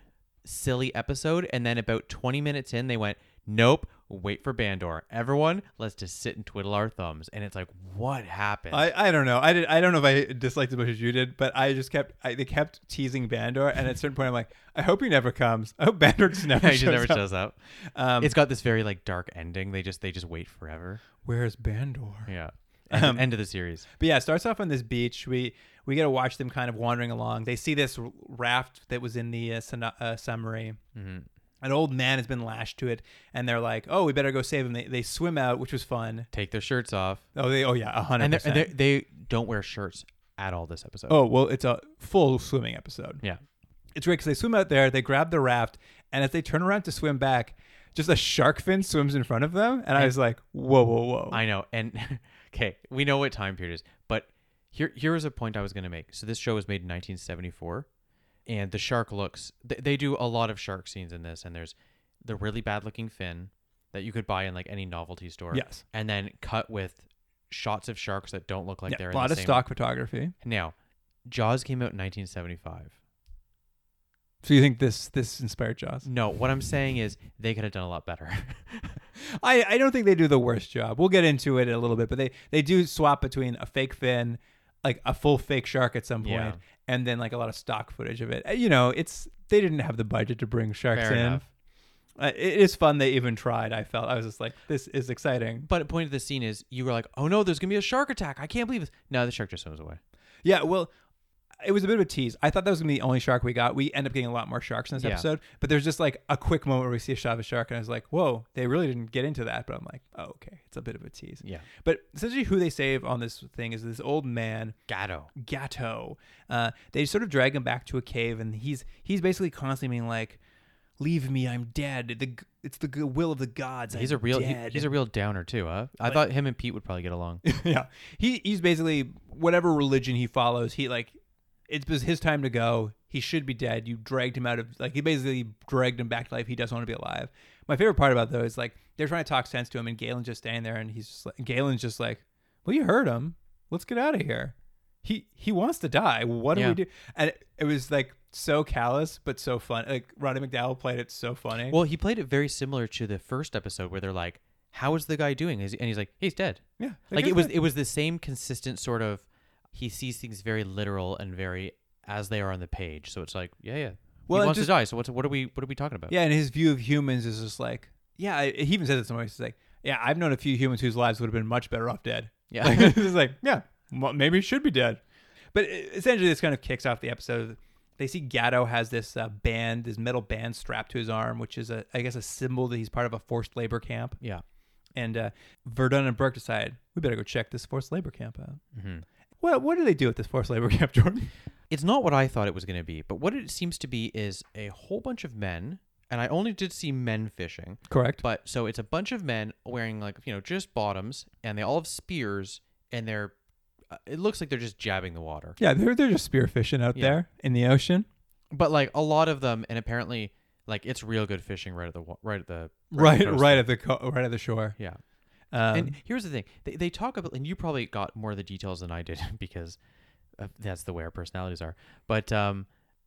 silly episode, and then about twenty minutes in, they went, "Nope, wait for Bandor. Everyone, let's just sit and twiddle our thumbs." And it's like, what happened? I, I don't know. I did. I don't know if I disliked as much as you did, but I just kept. I, they kept teasing Bandor, and at a certain point, I'm like, I hope he never comes. I hope Bandor just never It shows just up. never Um, shows up. it's got this very like dark ending. They just they just wait forever. Where's Bandor? Yeah. End, Um, end of the series. But yeah, it starts off on this beach. We we get to watch them kind of wandering along. They see this r- raft that was in the uh, sun- uh, summary. Mm-hmm. An old man has been lashed to it, and they're like, "Oh, we better go save him." They, they swim out, which was fun. Take their shirts off, Oh, they oh yeah, a hundred and, they're, and percent. they're, they don't wear shirts at all this episode. Oh well, it's a full swimming episode. yeah. It's great because they swim out there, they grab the raft, and as they turn around to swim back, just a shark fin swims in front of them, and I was like, "Whoa, whoa, whoa!" I know. And okay, we know what time period is, but here here is a point I was going to make. So this show was made in 1974, and the shark looks. They, they do a lot of shark scenes in this, and there's the really bad looking fin that you could buy in like any novelty store. Yes. and then cut with shots of sharks that don't look like yeah, they're a in lot the of same- stock photography. Now, Jaws came out in 1975. So you think this this inspired Jaws? No, what I'm saying is they could have done a lot better. I, I don't think they do the worst job. We'll get into it in a little bit, but they, they do swap between a fake fin, like a full fake shark at some point, Yeah. and then like a lot of stock footage of it. Uh, You know, it's they didn't have the budget to bring sharks Fair in. enough. Uh, it is fun they even tried. I felt I was just like, this is exciting. but the point of the scene is you were like, oh no, there's gonna be a shark attack. I can't believe this. No, the shark just swims away. Yeah, well, it was a bit of a tease. I thought that was gonna be the only shark we got. We end up getting a lot more sharks in this Yeah. episode, but there's just like a quick moment where we see a shot of a shark, and I was like, whoa, they really didn't get into that. But I'm like, oh, okay, it's a bit of a tease. Yeah. But essentially, who they save on this thing is this old man, Gatto. Gatto. Uh, they sort of drag him back to a cave, and he's he's basically constantly being like, "Leave me, I'm dead. The g- it's the g- will of the gods. He's I'm a real he- dead." he's a real downer too, huh? I thought him and Pete would probably get along. yeah. He he's basically whatever religion he follows. He like it was his time to go. He should be dead. You dragged him out of like he basically dragged him back to life. He doesn't want to be alive. My favorite part about though is like they're trying to talk sense to him, and Galen's just standing there, and he's just like Galen's just like, "Well, you heard him. Let's get out of here." He he wants to die. What do Yeah. we do? And it, it was like so callous, but so fun. Like Roddy McDowell played it so funny. well, he played it very similar to the first episode where they're like, "How is the guy doing?" Is he- And he's like, "He's dead." yeah, Like guess it was that- it was the same consistent sort of. He sees things very literal and very as they are on the page. So it's like, yeah, yeah. Well, he and wants just- to die. So what's what are we what are we talking about? Yeah, and his view of humans is just like, yeah, I- he even says it somewhere. He's like, yeah, I've known a few humans whose lives would have been much better off dead. Yeah. Like, it's just like, yeah, well, maybe he should be dead. But e- essentially, this kind of kicks off the episode. They see Gatto has this uh, band, this metal band strapped to his arm, which is, a, I guess, a symbol that he's part of a forced labor camp. yeah. And uh, Verdun and Burke decide, we better go check this forced labor camp out. What, what do they do at this forced labor camp, Jordan? It's not what I thought it was going to be, but what it seems to be is a whole bunch of men, and I only did see men fishing. Correct. But so it's a bunch of men wearing like, you know, just bottoms, and they all have spears, and they're, uh, it looks like they're just jabbing the water. Yeah, they're, they're just spearfishing out Yeah. there in the ocean. But like a lot of them, and apparently, like it's real good fishing right at the, wa- right at the, at the Right, coast. right at the co- right at the shore. Yeah. Um, and here's the thing they, they talk about and you probably got more of the details than i did because uh, that's the way our personalities are but um,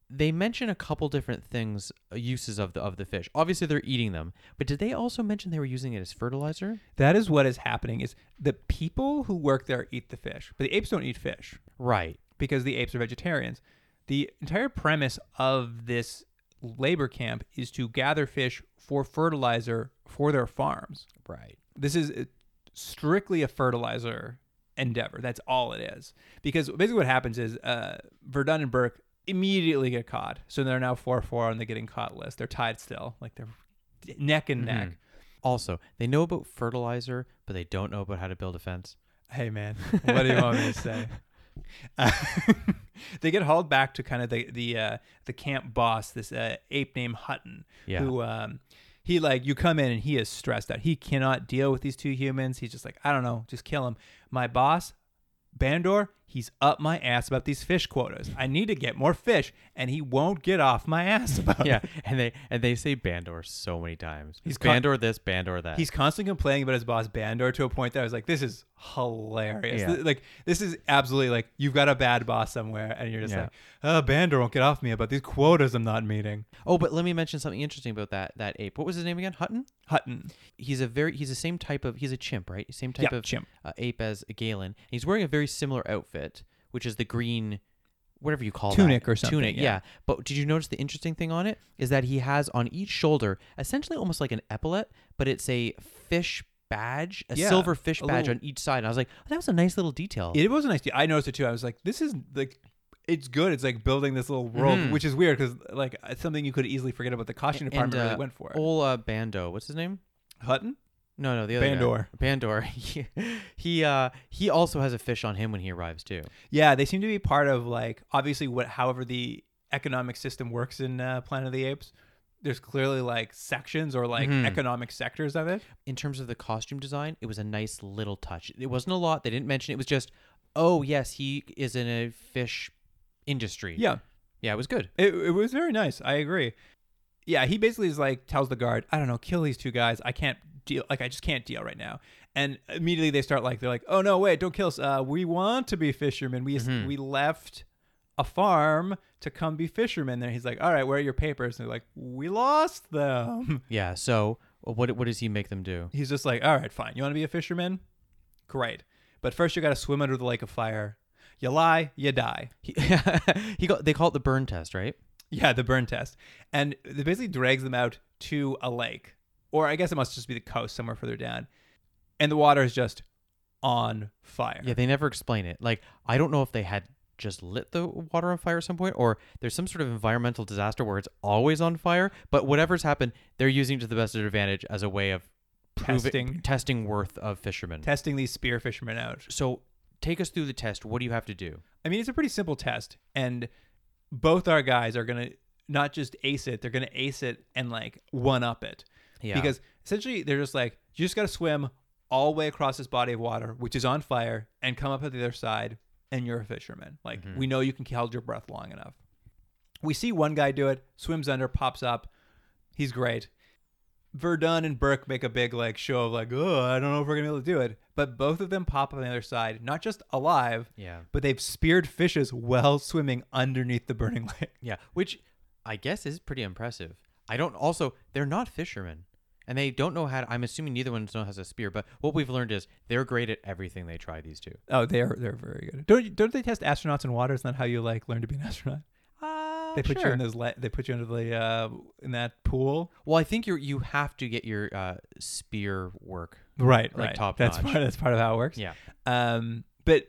they mention a couple different things uh, uses of the of the fish obviously they're eating them but did they also mention they were using it as fertilizer that is what is happening is the people who work there eat the fish but the apes don't eat fish right because the apes are vegetarians the entire premise of this labor camp is to gather fish for fertilizer for their farms right this is uh, strictly a fertilizer endeavor that's all it is because basically what happens is uh, verdun and burke immediately get caught so they're now 4-4 on the getting caught list they're tied still like they're neck and neck also they know about fertilizer but they don't know about how to build a fence Hey man, what do you want me to say? Uh, they get hauled back to kind of the the uh, the camp boss, this uh, ape named Hutton, Yeah. who um, he like you come in and he is stressed out. He cannot deal with these two humans. He's just like I don't know, just kill him. My boss, Bandor, he's up my ass about these fish quotas. I need to get more fish, and he won't get off my ass about it. yeah and they and they say bandor so many times He's he's con- bandor this bandor that He's constantly complaining about his boss Bandor to a point that I was like, "This is hilarious. Yeah. Th- like, this is absolutely like you've got a bad boss somewhere, and you're just Yeah. like, oh, Bandor won't get off me about these quotas I'm not meeting." oh but let me mention something interesting about that that ape what was his name again hutton Hutton, he's a very he's the same type of he's a chimp right same type Yeah, of chimp. Uh, ape as galen he's wearing a very similar outfit which is the green whatever you call Tunic that. or something, tunic yeah. but did you notice the interesting thing on it is that he has on each shoulder essentially almost like an epaulet but it's a fish badge, a Yeah, silver fish a badge little- on each side. And I was like, oh, that was a nice little detail. It was a nice. I noticed it too. I was like, this is like, it's good. It's like building this little world, Mm-hmm. which is weird because like it's something you could easily forget about the costume department really went for. Old uh, Bando, what's his name? Hutton. No, no, the other guy. Bandor. Bandor. He- he uh he also has a fish on him when he arrives too. Yeah, they seem to be part of like obviously what however the economic system works in uh, Planet of the Apes. There's clearly like sections or like economic sectors of it. In terms of the costume design, it was a nice little touch. It wasn't a lot. They didn't mention it. It was just, oh yes, he is in a fish industry. Yeah, yeah, it was good. it, it was very nice. I agree. Yeah, he basically is like tells the guard, I don't know, kill these two guys. I can't deal. Like I just can't deal right now. And immediately they start like they're like, oh no, wait, don't kill us. Uh, we want to be fishermen. We we left a farm to come be fishermen. There he's like, all right, where are your papers? And they're like, we lost them. Yeah. So uh, what what does he make them do? he's just like, all right, fine. You want to be a fisherman? Great. But first, you got to swim under the lake of fire. You lie, you die. He, he got they call it the burn test, right? Yeah, the burn test. And it basically drags them out to a lake. Or I guess it must just be the coast somewhere further down. And the water is just on fire. Yeah, they never explain it. Like, I don't know if they had just lit the water on fire at some point or there's some sort of environmental disaster where it's always on fire, but whatever's happened, they're using it to the best of their advantage as a way of proving- Testing. testing worth of fishermen. Testing these spear fishermen out. so, take us through the test. What do you have to do? I mean, it's a pretty simple test, and both our guys are gonna not just ace it; they're gonna ace it and like one up it. Yeah. Because essentially, they're just like, you just gotta swim all the way across this body of water, which is on fire, and come up at the other side, and you're a fisherman. Like we know you can hold your breath long enough. We see one guy do it, swims under, pops up, he's great. Verdun and Burke make a big like show of like, oh, I don't know if we're gonna be able to do it. But both of them pop up on the other side, not just alive, Yeah. but they've speared fishes while swimming underneath the burning lake. Yeah, which I guess is pretty impressive. I don't also they're not fishermen. And they don't know how to, I'm assuming neither one knows how to spear, but what we've learned is they're great at everything they try these two. Oh, they're they're very good. Don't you- don't they test astronauts in water? Isn't that how you like learn to be an astronaut? Uh, They put you in those le- they put you under the uh, in that pool. Well, I think you you have to get your uh, spear work. Right, Like top That's notch. part that's part of how it works. Yeah. Um, but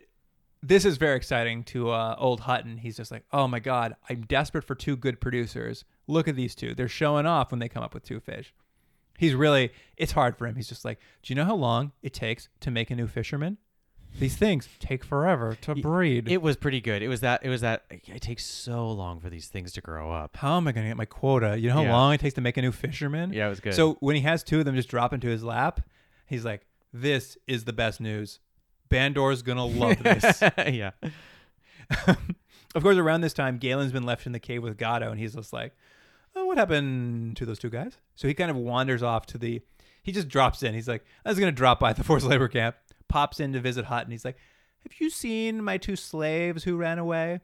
this is very exciting to uh, old Hutton. He's just like, oh my god, I'm desperate for two good producers. Look at these two. They're showing off when they come up with two fish. He's really, it's hard for him. He's just like, do you know how long it takes to make a new fisherman? These things take forever to breed. It was pretty good. It was that it was that it takes so long for these things to grow up. how am I going to get my quota? You know how Yeah. long it takes to make a new fisherman? Yeah, it was good. So when he has two of them just drop into his lap, he's like, this is the best news. Bandor's going to love this. yeah. of course, around this time, Galen's been left in the cave with Gatto, and he's just like, oh, what happened to those two guys? So he kind of wanders off to the. He just drops in. He's like, I was going to drop by the forced labor camp. Pops in to visit Hut, and he's like, have you seen my two slaves who ran away?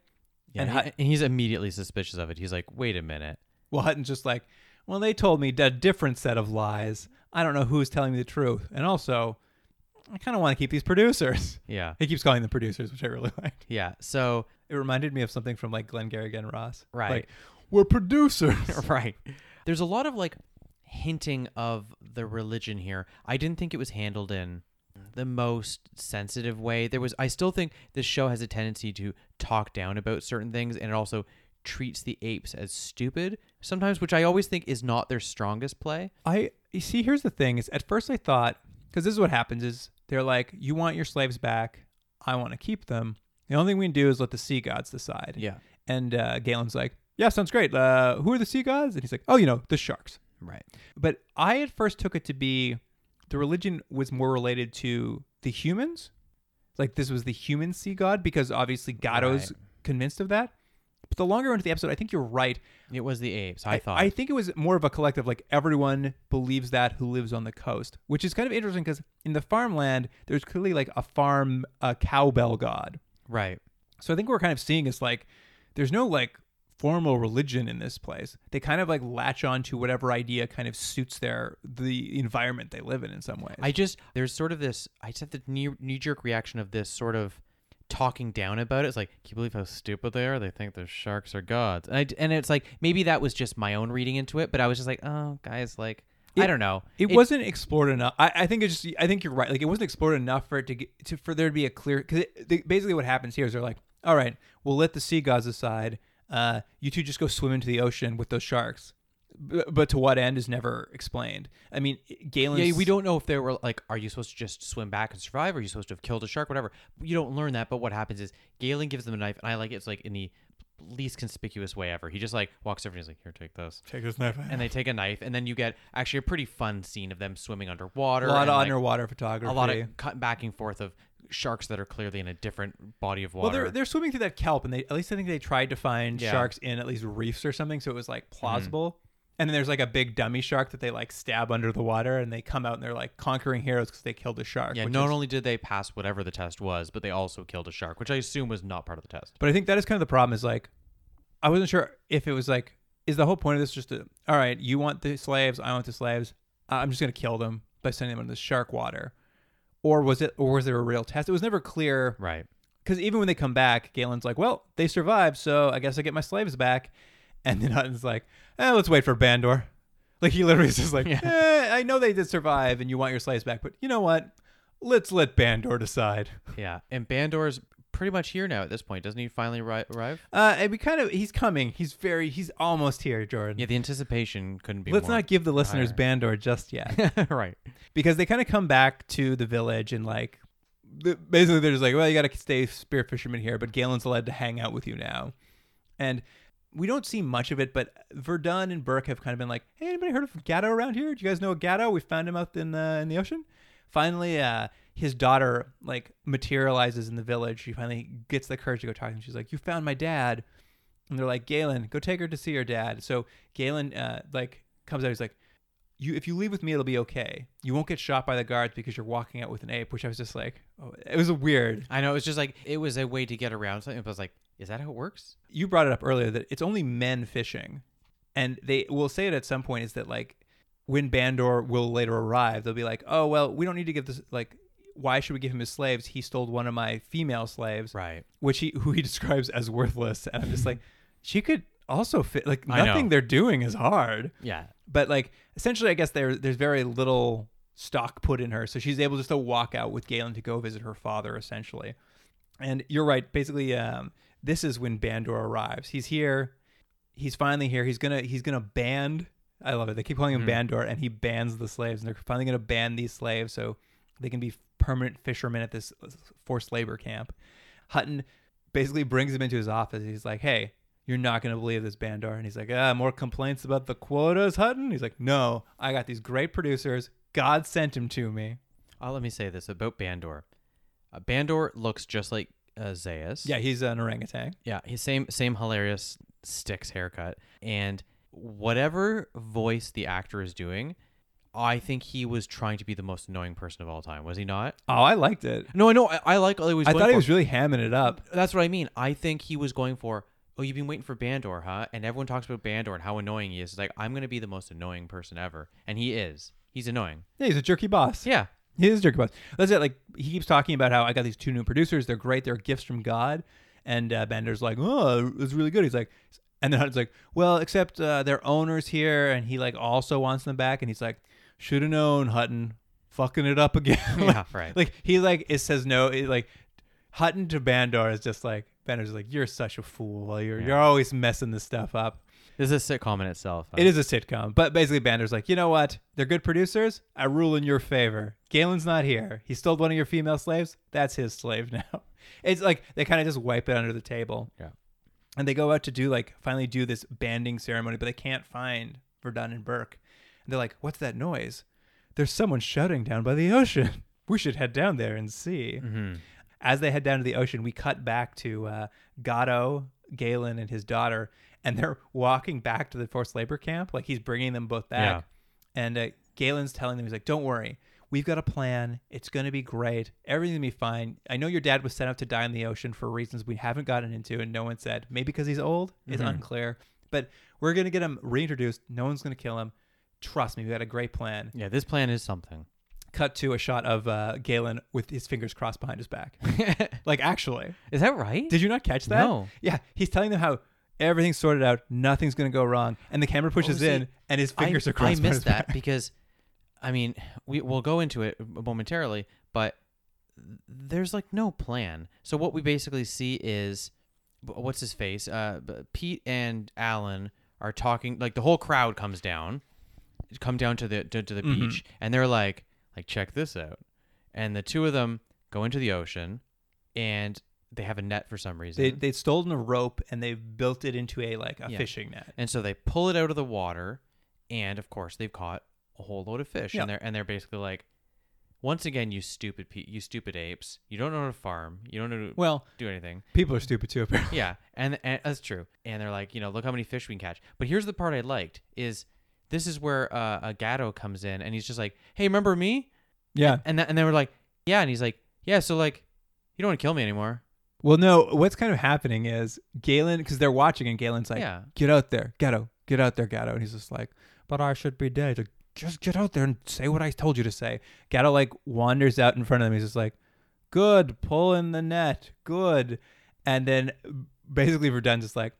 Yeah, And and, he- and he's immediately suspicious of it. He's like, "Wait a minute." Well, Hutton's just like, well, they told me a different set of lies. I don't know who's telling me the truth. And also, I kind of want to keep these producers. Yeah. He keeps calling them producers, which I really liked. Yeah. So It reminded me of something from like Glengarry and Ross. Right. Like, we're producers. right. There's a lot of like hinting of the religion here. I didn't think it was handled in the most sensitive way. There was I still think this show has a tendency to talk down about certain things and it also treats the apes as stupid sometimes, which I always think is not their strongest play. I you see. Here's the thing: is at first I thought because this is what happens is they're like, you want your slaves back, I want to keep them. The only thing we can do is let the sea gods decide. Yeah. And uh, Galen's like, yeah, sounds great. Uh, who are the sea gods? And he's like, oh, you know, the sharks. Right. But I at first took it to be the religion was more related to the humans. Like this was the human sea god because obviously Gato's Right. convinced of that. But the longer into the episode, I think you're right. It was the apes, I, thought. I think it was more of a collective, like everyone believes that who lives on the coast, which is kind of interesting because in the farmland, there's clearly like a farm a cowbell god. right. So I think what we're kind of seeing is like there's no like formal religion in this place. They kind of like latch on to whatever idea kind of suits their the environment they live in in some ways. I just there's sort of this I just have the knee jerk reaction of this sort of talking down about it. It's like, can you believe how stupid they are? They think the sharks are gods. And I, and it's like maybe that was just my own reading into it, but I was just like, oh guys, like I don't know. It, wasn't explored enough. I, I think it just. I think you're right. Like it wasn't explored enough for it to get to for there to be a clear. Because basically, what happens here is they're like, all right, we'll let the sea gods aside. Uh, you two just go swim into the ocean with those sharks. B- but to what end is never explained. I mean, Galen. Yeah, we don't know if they were like, are you supposed to just swim back and survive? Or are you supposed to have killed a shark? Whatever. You don't learn that. But what happens is Galen gives them a knife, and I like it. it's like in the least conspicuous way ever. He just like walks over and he's like, here, take this. take this knife. And they take a knife, and then you get actually a pretty fun scene of them swimming underwater. a lot and, of like, underwater photography. a lot of cut back and forth of sharks that are clearly in a different body of Well, water. they're they're swimming through that kelp, and they at least I think they tried to find Yeah. Mm-hmm. sharks in at least reefs or something, so it was like plausible. And then there's like a big dummy shark that they like stab under the water, and they come out and they're like conquering heroes because they killed a shark. yeah, which not is- only did they pass whatever the test was, but they also killed a shark, which I assume was not part of the test. But I think that is kind of the problem. Is like, I wasn't sure if it was like, is the whole point of this just to, all right, you want the slaves, I want the slaves, I- I'm just gonna kill them by sending them into the shark water, or was it, or was there a real test? It was never clear. Right. because even when they come back, Galen's like, "Well, they survived, so I guess I get my slaves back." And then Hutton's like, eh, "Let's wait for Bandor." Like he literally is just like, eh, "I know they did survive, and you want your slaves back, but you know what? Let's let Bandor decide." Yeah. And Bandor's pretty much here now at this point. Doesn't he finally arri- arrive? Uh, and we kind of—he's coming. He's very—he's almost here, Jordan. Yeah, the anticipation couldn't be. Let's more not give the listeners higher. Bandor just yet, right. because they kind of come back to the village and like. the- Basically, they're just like, well, you got to stay spear fisherman here, but Galen's allowed to hang out with you now. And we don't see much of it, but Verdun and Burke have kind of been like, "Hey, anybody heard of Gatto around here? Do you guys know a Gatto? We found him out in uh, in the ocean." Finally, uh, his daughter like materializes in the village. She finally gets the courage to go talk to him. She's like, "You found my dad," and they're like, "Galen, go take her to see her dad." So Galen uh, like comes out. He's like, "You, if you leave with me, it'll be okay. You won't get shot by the guards because you're walking out with an ape." Which I was just like, "Oh, it was weird." I know. It was just like it was a way to get around something. But I was like, is that how it works? you brought it up earlier that it's only men fishing and they will say it at some point is that like when bandor will later arrive they'll be like oh well we don't need to give this like why should we give him his slaves he stole one of my female slaves Right. which he who he describes as worthless and i'm just like she could also fit like I know. nothing they're doing is hard Yeah. but like essentially i guess there there's very little stock put in her so she's able just to walk out with galen to go visit her father essentially and you're right basically um, this is when bandor arrives he's here he's finally here he's gonna he's gonna ban i love it they keep calling him bandor and he bans the slaves and they're finally gonna ban these slaves so they can be permanent fishermen at this uh, forced labor camp hutton basically brings him into his office he's like hey you're not going to believe this bandor and he's like ah more complaints about the quotas hutton he's like no i got these great producers god sent him to me Oh, let me say this about Bandor. Uh, Bandor looks just like uh, Zaius. yeah he's an orangutan Yeah, his same same hilarious sticks haircut and whatever voice the actor is doing, I think he was trying to be the most annoying person of all time. Was he not? oh i liked it No, I know. I, I like. all he was i going thought he for. was really hamming it up That's what I mean. I think he was going for. Oh, you've been waiting for Bandor, huh? And everyone talks about Bandor and how annoying he is. It's like I'm gonna be the most annoying person ever, and he is. He's annoying. yeah he's a jerky boss Yeah. He is jerky boss. That's it. Like he keeps talking about how I got these two new producers. They're great. They're gifts from God. And uh, Bender's like, oh, it's really good. He's like, and then Hutton's like, well, except uh, their owners here, and he like also wants them back. And he's like, should have known, Hutton, fucking it up again. Yeah, right. Like he like it says no. It, like Hutton to Bandor is just like Bandor's like, you're such a fool. You're you're always messing this stuff up. This is a sitcom in itself. It is a sitcom, but basically Bander's like, you know what? They're good producers. I rule in your favor. Galen's not here. He stole one of your female slaves. That's his slave now. It's like they kind of just wipe it under the table. Yeah. And they go out to do like finally do this banding ceremony, but they can't find Verdun and Burke. And they're like, what's that noise? There's someone shouting down by the ocean. We should head down there and see. As they head down to the ocean, we cut back to uh, Gatto, Galen, and his daughter, and they're walking back to the forced labor camp. Like he's bringing them both back. And uh, Galen's telling them, he's like, don't worry. We've got a plan. It's going to be great. Everything's going to be fine. I know your dad was sent up to die in the ocean for reasons we haven't gotten into and no one said. Maybe because he's old? It's unclear. But we're going to get him reintroduced. No one's going to kill him. Trust me, we got a great plan Yeah, this plan is something. cut to a shot of uh, Galen with his fingers crossed behind his back. like, actually, Is that right? did you not catch that? No. Yeah, he's telling them how everything's sorted out, nothing's gonna go wrong, and the camera pushes Oh, see, in, and his fingers I, are crossed. I behind his missed that back. because I mean, we we'll go into it momentarily, but there's like no plan. So what we basically see is b- what's his face? Uh, b- Pete and Alan are talking. Like the whole crowd comes down, come down to the to, to the Mm-hmm. beach, and they're like, like check this out. And the two of them go into the ocean, and they have a net for some reason. They they stolen a rope and they've built it into a like a Yeah. fishing net. And so they pull it out of the water, and of course they've caught a whole load of fish. Yeah. And they're and they're basically like, once again, you stupid pe- you stupid apes, you don't know how to farm, you don't know to Well, do anything. people are stupid too. Apparently, Yeah, and, and that's true. And they're like, you know, look how many fish we can catch. But here's the part I liked is this is where uh, a Gato comes in, and he's just like, hey, remember me? yeah. And that, and they were like, yeah, and he's like, yeah, so like, you don't want to kill me anymore. Well, no, what's kind of happening is Galen, because they're watching, and Galen's like, Yeah. "Get out there, Gato! Get out there, Gato!" And he's just like, "But I should be dead." Like, just get out there and say what I told you to say. Gato like wanders out in front of them. He's just like, "Good, pull in the net, good." And then basically Verdun's just like,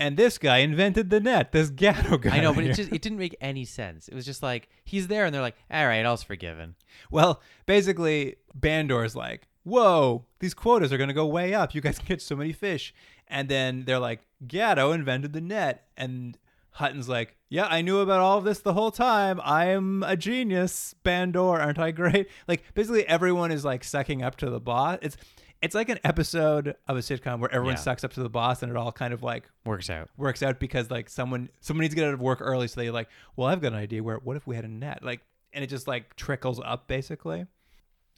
"And this guy invented the net. This Gato guy." I know, but here." it just it didn't make any sense. It was just like he's there, and they're like, all right, all's forgiven. Well, basically, Bandor's like, whoa, these quotas are going to go way up. You guys can catch so many fish. And then they're like, Gatto invented the net. And Hutton's like, yeah, I knew about all of this the whole time. I'm a genius, Bandor. Aren't I great? Like, basically, everyone is like sucking up to the boss. It's. It's like an episode of a sitcom where everyone Yeah. sucks up to the boss and it all kind of like Works out. works out because like someone someone needs to get out of work early so they like well i've got an idea where what if we had a net like and it just like trickles up basically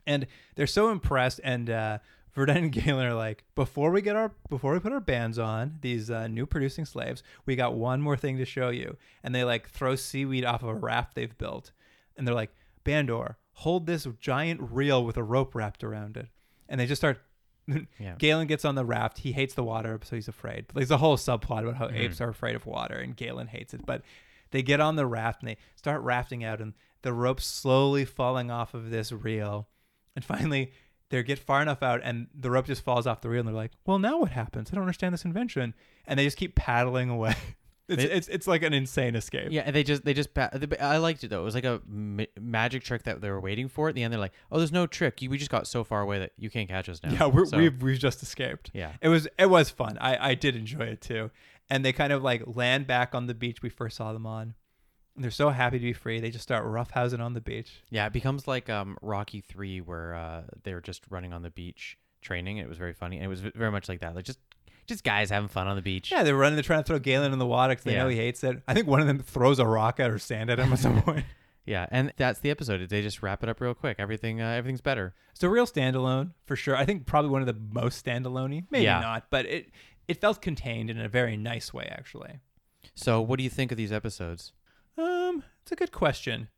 and they're so impressed and uh Verdun and Galen are like, before we get our before we put our bands on, these uh, new producing slaves, we got one more thing to show you. And they like throw seaweed off of a raft they've built, and they're like, Bandor, hold this giant reel with a rope wrapped around it. And they just start. Galen gets on the raft. He hates the water, so he's afraid. But There's a whole subplot about how apes are afraid of water, and Galen hates it. But they get on the raft and they start rafting out, and the rope's slowly falling off of this reel. And finally, they get far enough out, and the rope just falls off the reel. And they're like, "Well, now what happens? I don't understand this invention." And they just keep paddling away. It's it's, it's like an insane escape. Yeah, and they just they just pa- they- but I liked it though. It was like a ma- magic trick that they were waiting for. At the end, they're like, "Oh, there's no trick. You, we just got so far away that you can't catch us now." Yeah, we're, So- we've we've just escaped. Yeah. it was it was fun. I I did enjoy it too. And they kind of like land back on the beach we first saw them on. And they're so happy to be free. They just start roughhousing on the beach. yeah. It becomes like um Rocky Three, where uh they were just running on the beach training. It was very funny, and it was v- very much like that. Like just just guys having fun on the beach. Yeah, they're running. They're trying to throw Galen in the water because they know Yeah. he hates it. I think one of them throws a rock at or sand at him at some point. Yeah, and that's the episode. They just wrap it up real quick. Everything uh, everything's better. It's a real standalone for sure. I think probably one of the most standalone. Maybe Yeah. not, but it it felt contained in a very nice way actually. So, what do you think of these episodes? Um, it's a good question.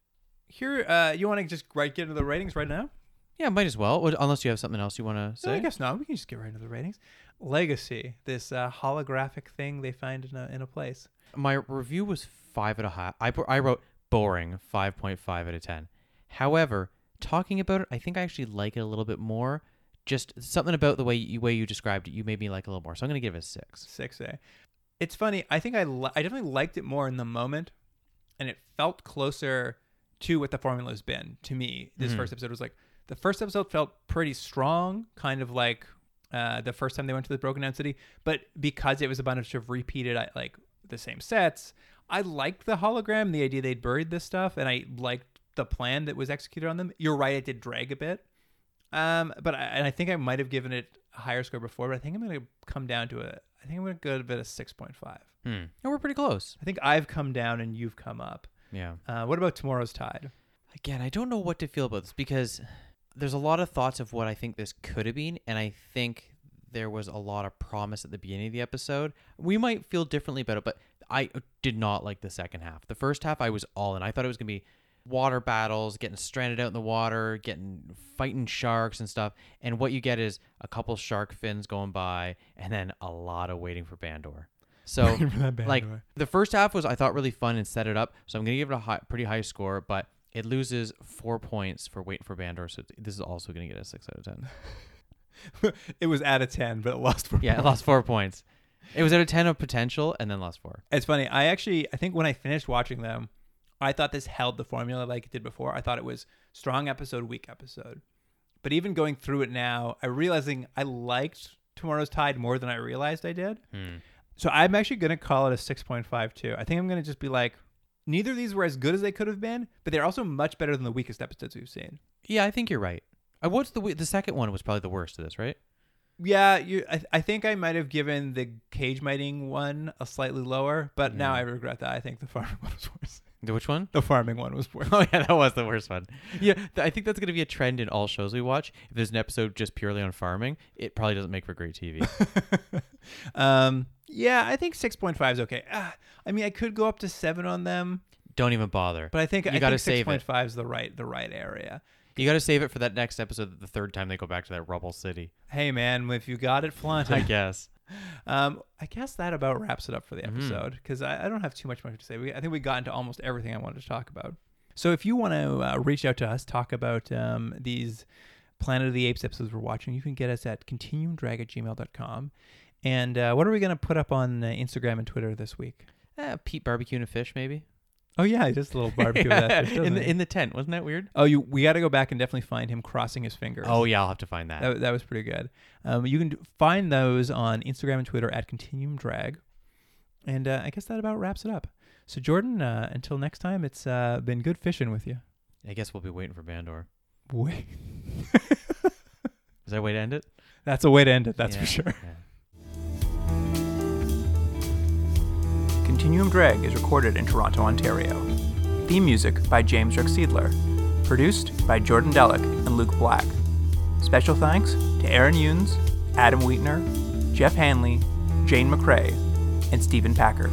Here, uh, you want to just right get into the ratings right now? Yeah, might as well. Would- Unless you have something else you want to No, say. I guess not. We can just get right into the ratings. Legacy, this uh, holographic thing they find in a, in a place. my review was five and a half. I, put- I wrote boring, 5.5 out of 10. However, talking about it, I think I actually like it a little bit more. Just something about the way you, way you described it, you made me like it a little more. So I'm going to give it a six. 6A. It's funny. I think I, li- I definitely liked it more in the moment, and it felt closer to what the formula has been to me. This first episode was like the first episode felt pretty strong, kind of like uh, the first time they went to the broken down city, but because it was a bunch of repeated I- like the same sets, I liked the hologram, the idea they'd buried this stuff, and I liked the plan that was executed on them. You're right, it did drag a bit. Um, but I, and I think I might have given it a higher score before, but I think I'm gonna come down to a. I think I'm gonna go to a six point five. Hmm. Yeah, we're pretty close. I think I've come down and you've come up. Yeah. Uh, what about tomorrow's tide? Again, I don't know what to feel about this because there's a lot of thoughts of what I think this could have been. And I think there was a lot of promise at the beginning of the episode. We might feel differently about it, but I did not like the second half. The first half, I was all in. I thought it was going to be water battles, getting stranded out in the water, getting fighting sharks and stuff. And what you get is a couple shark fins going by and then a lot of waiting for Bandor. So, for that like, Bandor. the first half was I thought really fun and set it up. So I'm going to give it a high, pretty high score, but it loses four points for Waiting for Bandor. So this is also going to get a six out of 10. it was out of ten, but it lost. Four Yeah, it points. lost four points. It was out of 10 of potential and then lost four. It's funny. I actually, I think when I finished watching them, I thought this held the formula like it did before. I thought it was strong episode, weak episode. But even going through it now, I'm realizing I liked Tomorrow's Tide more than I realized I did. So I'm actually going to call it a 6.52. I think I'm going to just be like, neither of these were as good as they could have been, but they're also much better than the weakest episodes we've seen. Yeah, I think you're right. I what's the we- the second one was probably the worst of this, right? Yeah, you. I, I think I might have given the cage mighting one a slightly lower, but now I regret that. I think the farming one was worse. The which one? The farming one was worse. Oh yeah, that was the worst one. Yeah, th- I think that's gonna be a trend in all shows we watch. If there's an episode just purely on farming, it probably doesn't make for great TV. um, yeah, I think six point five is okay. Ah, I mean, I could go up to seven on them, Don't even bother. but I think you I gotta think six save point it. five is the right the right area. You gotta save it for that next episode. The third time they go back to that rubble city, Hey man, if you got it, flaunt I it. guess. Um, I guess that about wraps it up for the episode because I, I don't have too much more to say. We, I think we got into almost everything I wanted to talk about. So if you want to uh, reach out to us, talk about um, these Planet of the Apes episodes we're watching, you can get us at continuumdrag at gmail.com. And uh, what are we going to put up on uh, Instagram and Twitter this week? Eh, Pete barbecue and a fish maybe. Oh, yeah, just a little barbecue with that fish, in doesn't the it? in the tent, wasn't that weird? Oh, you, we got to go back and definitely find him crossing his fingers. Oh yeah, I'll have to find that. That, that was pretty good. Um, you can d- find those on Instagram and Twitter at Continuum Drag. And uh, I guess that about wraps it up. So, Jordan, uh, until next time, it's uh, been good fishing with you. I guess we'll be waiting for Bandor. Wait. Is that a way to end it? That's a way to end it, that's Yeah, for sure. yeah. Continuum Drag is recorded in Toronto, Ontario. Theme music by James Ruckseedler. Produced by Jordan Delick and Luke Black. Special thanks to Aaron Yunes, Adam Wheatner, Jeff Hanley, Jane McRae, and Stephen Packard.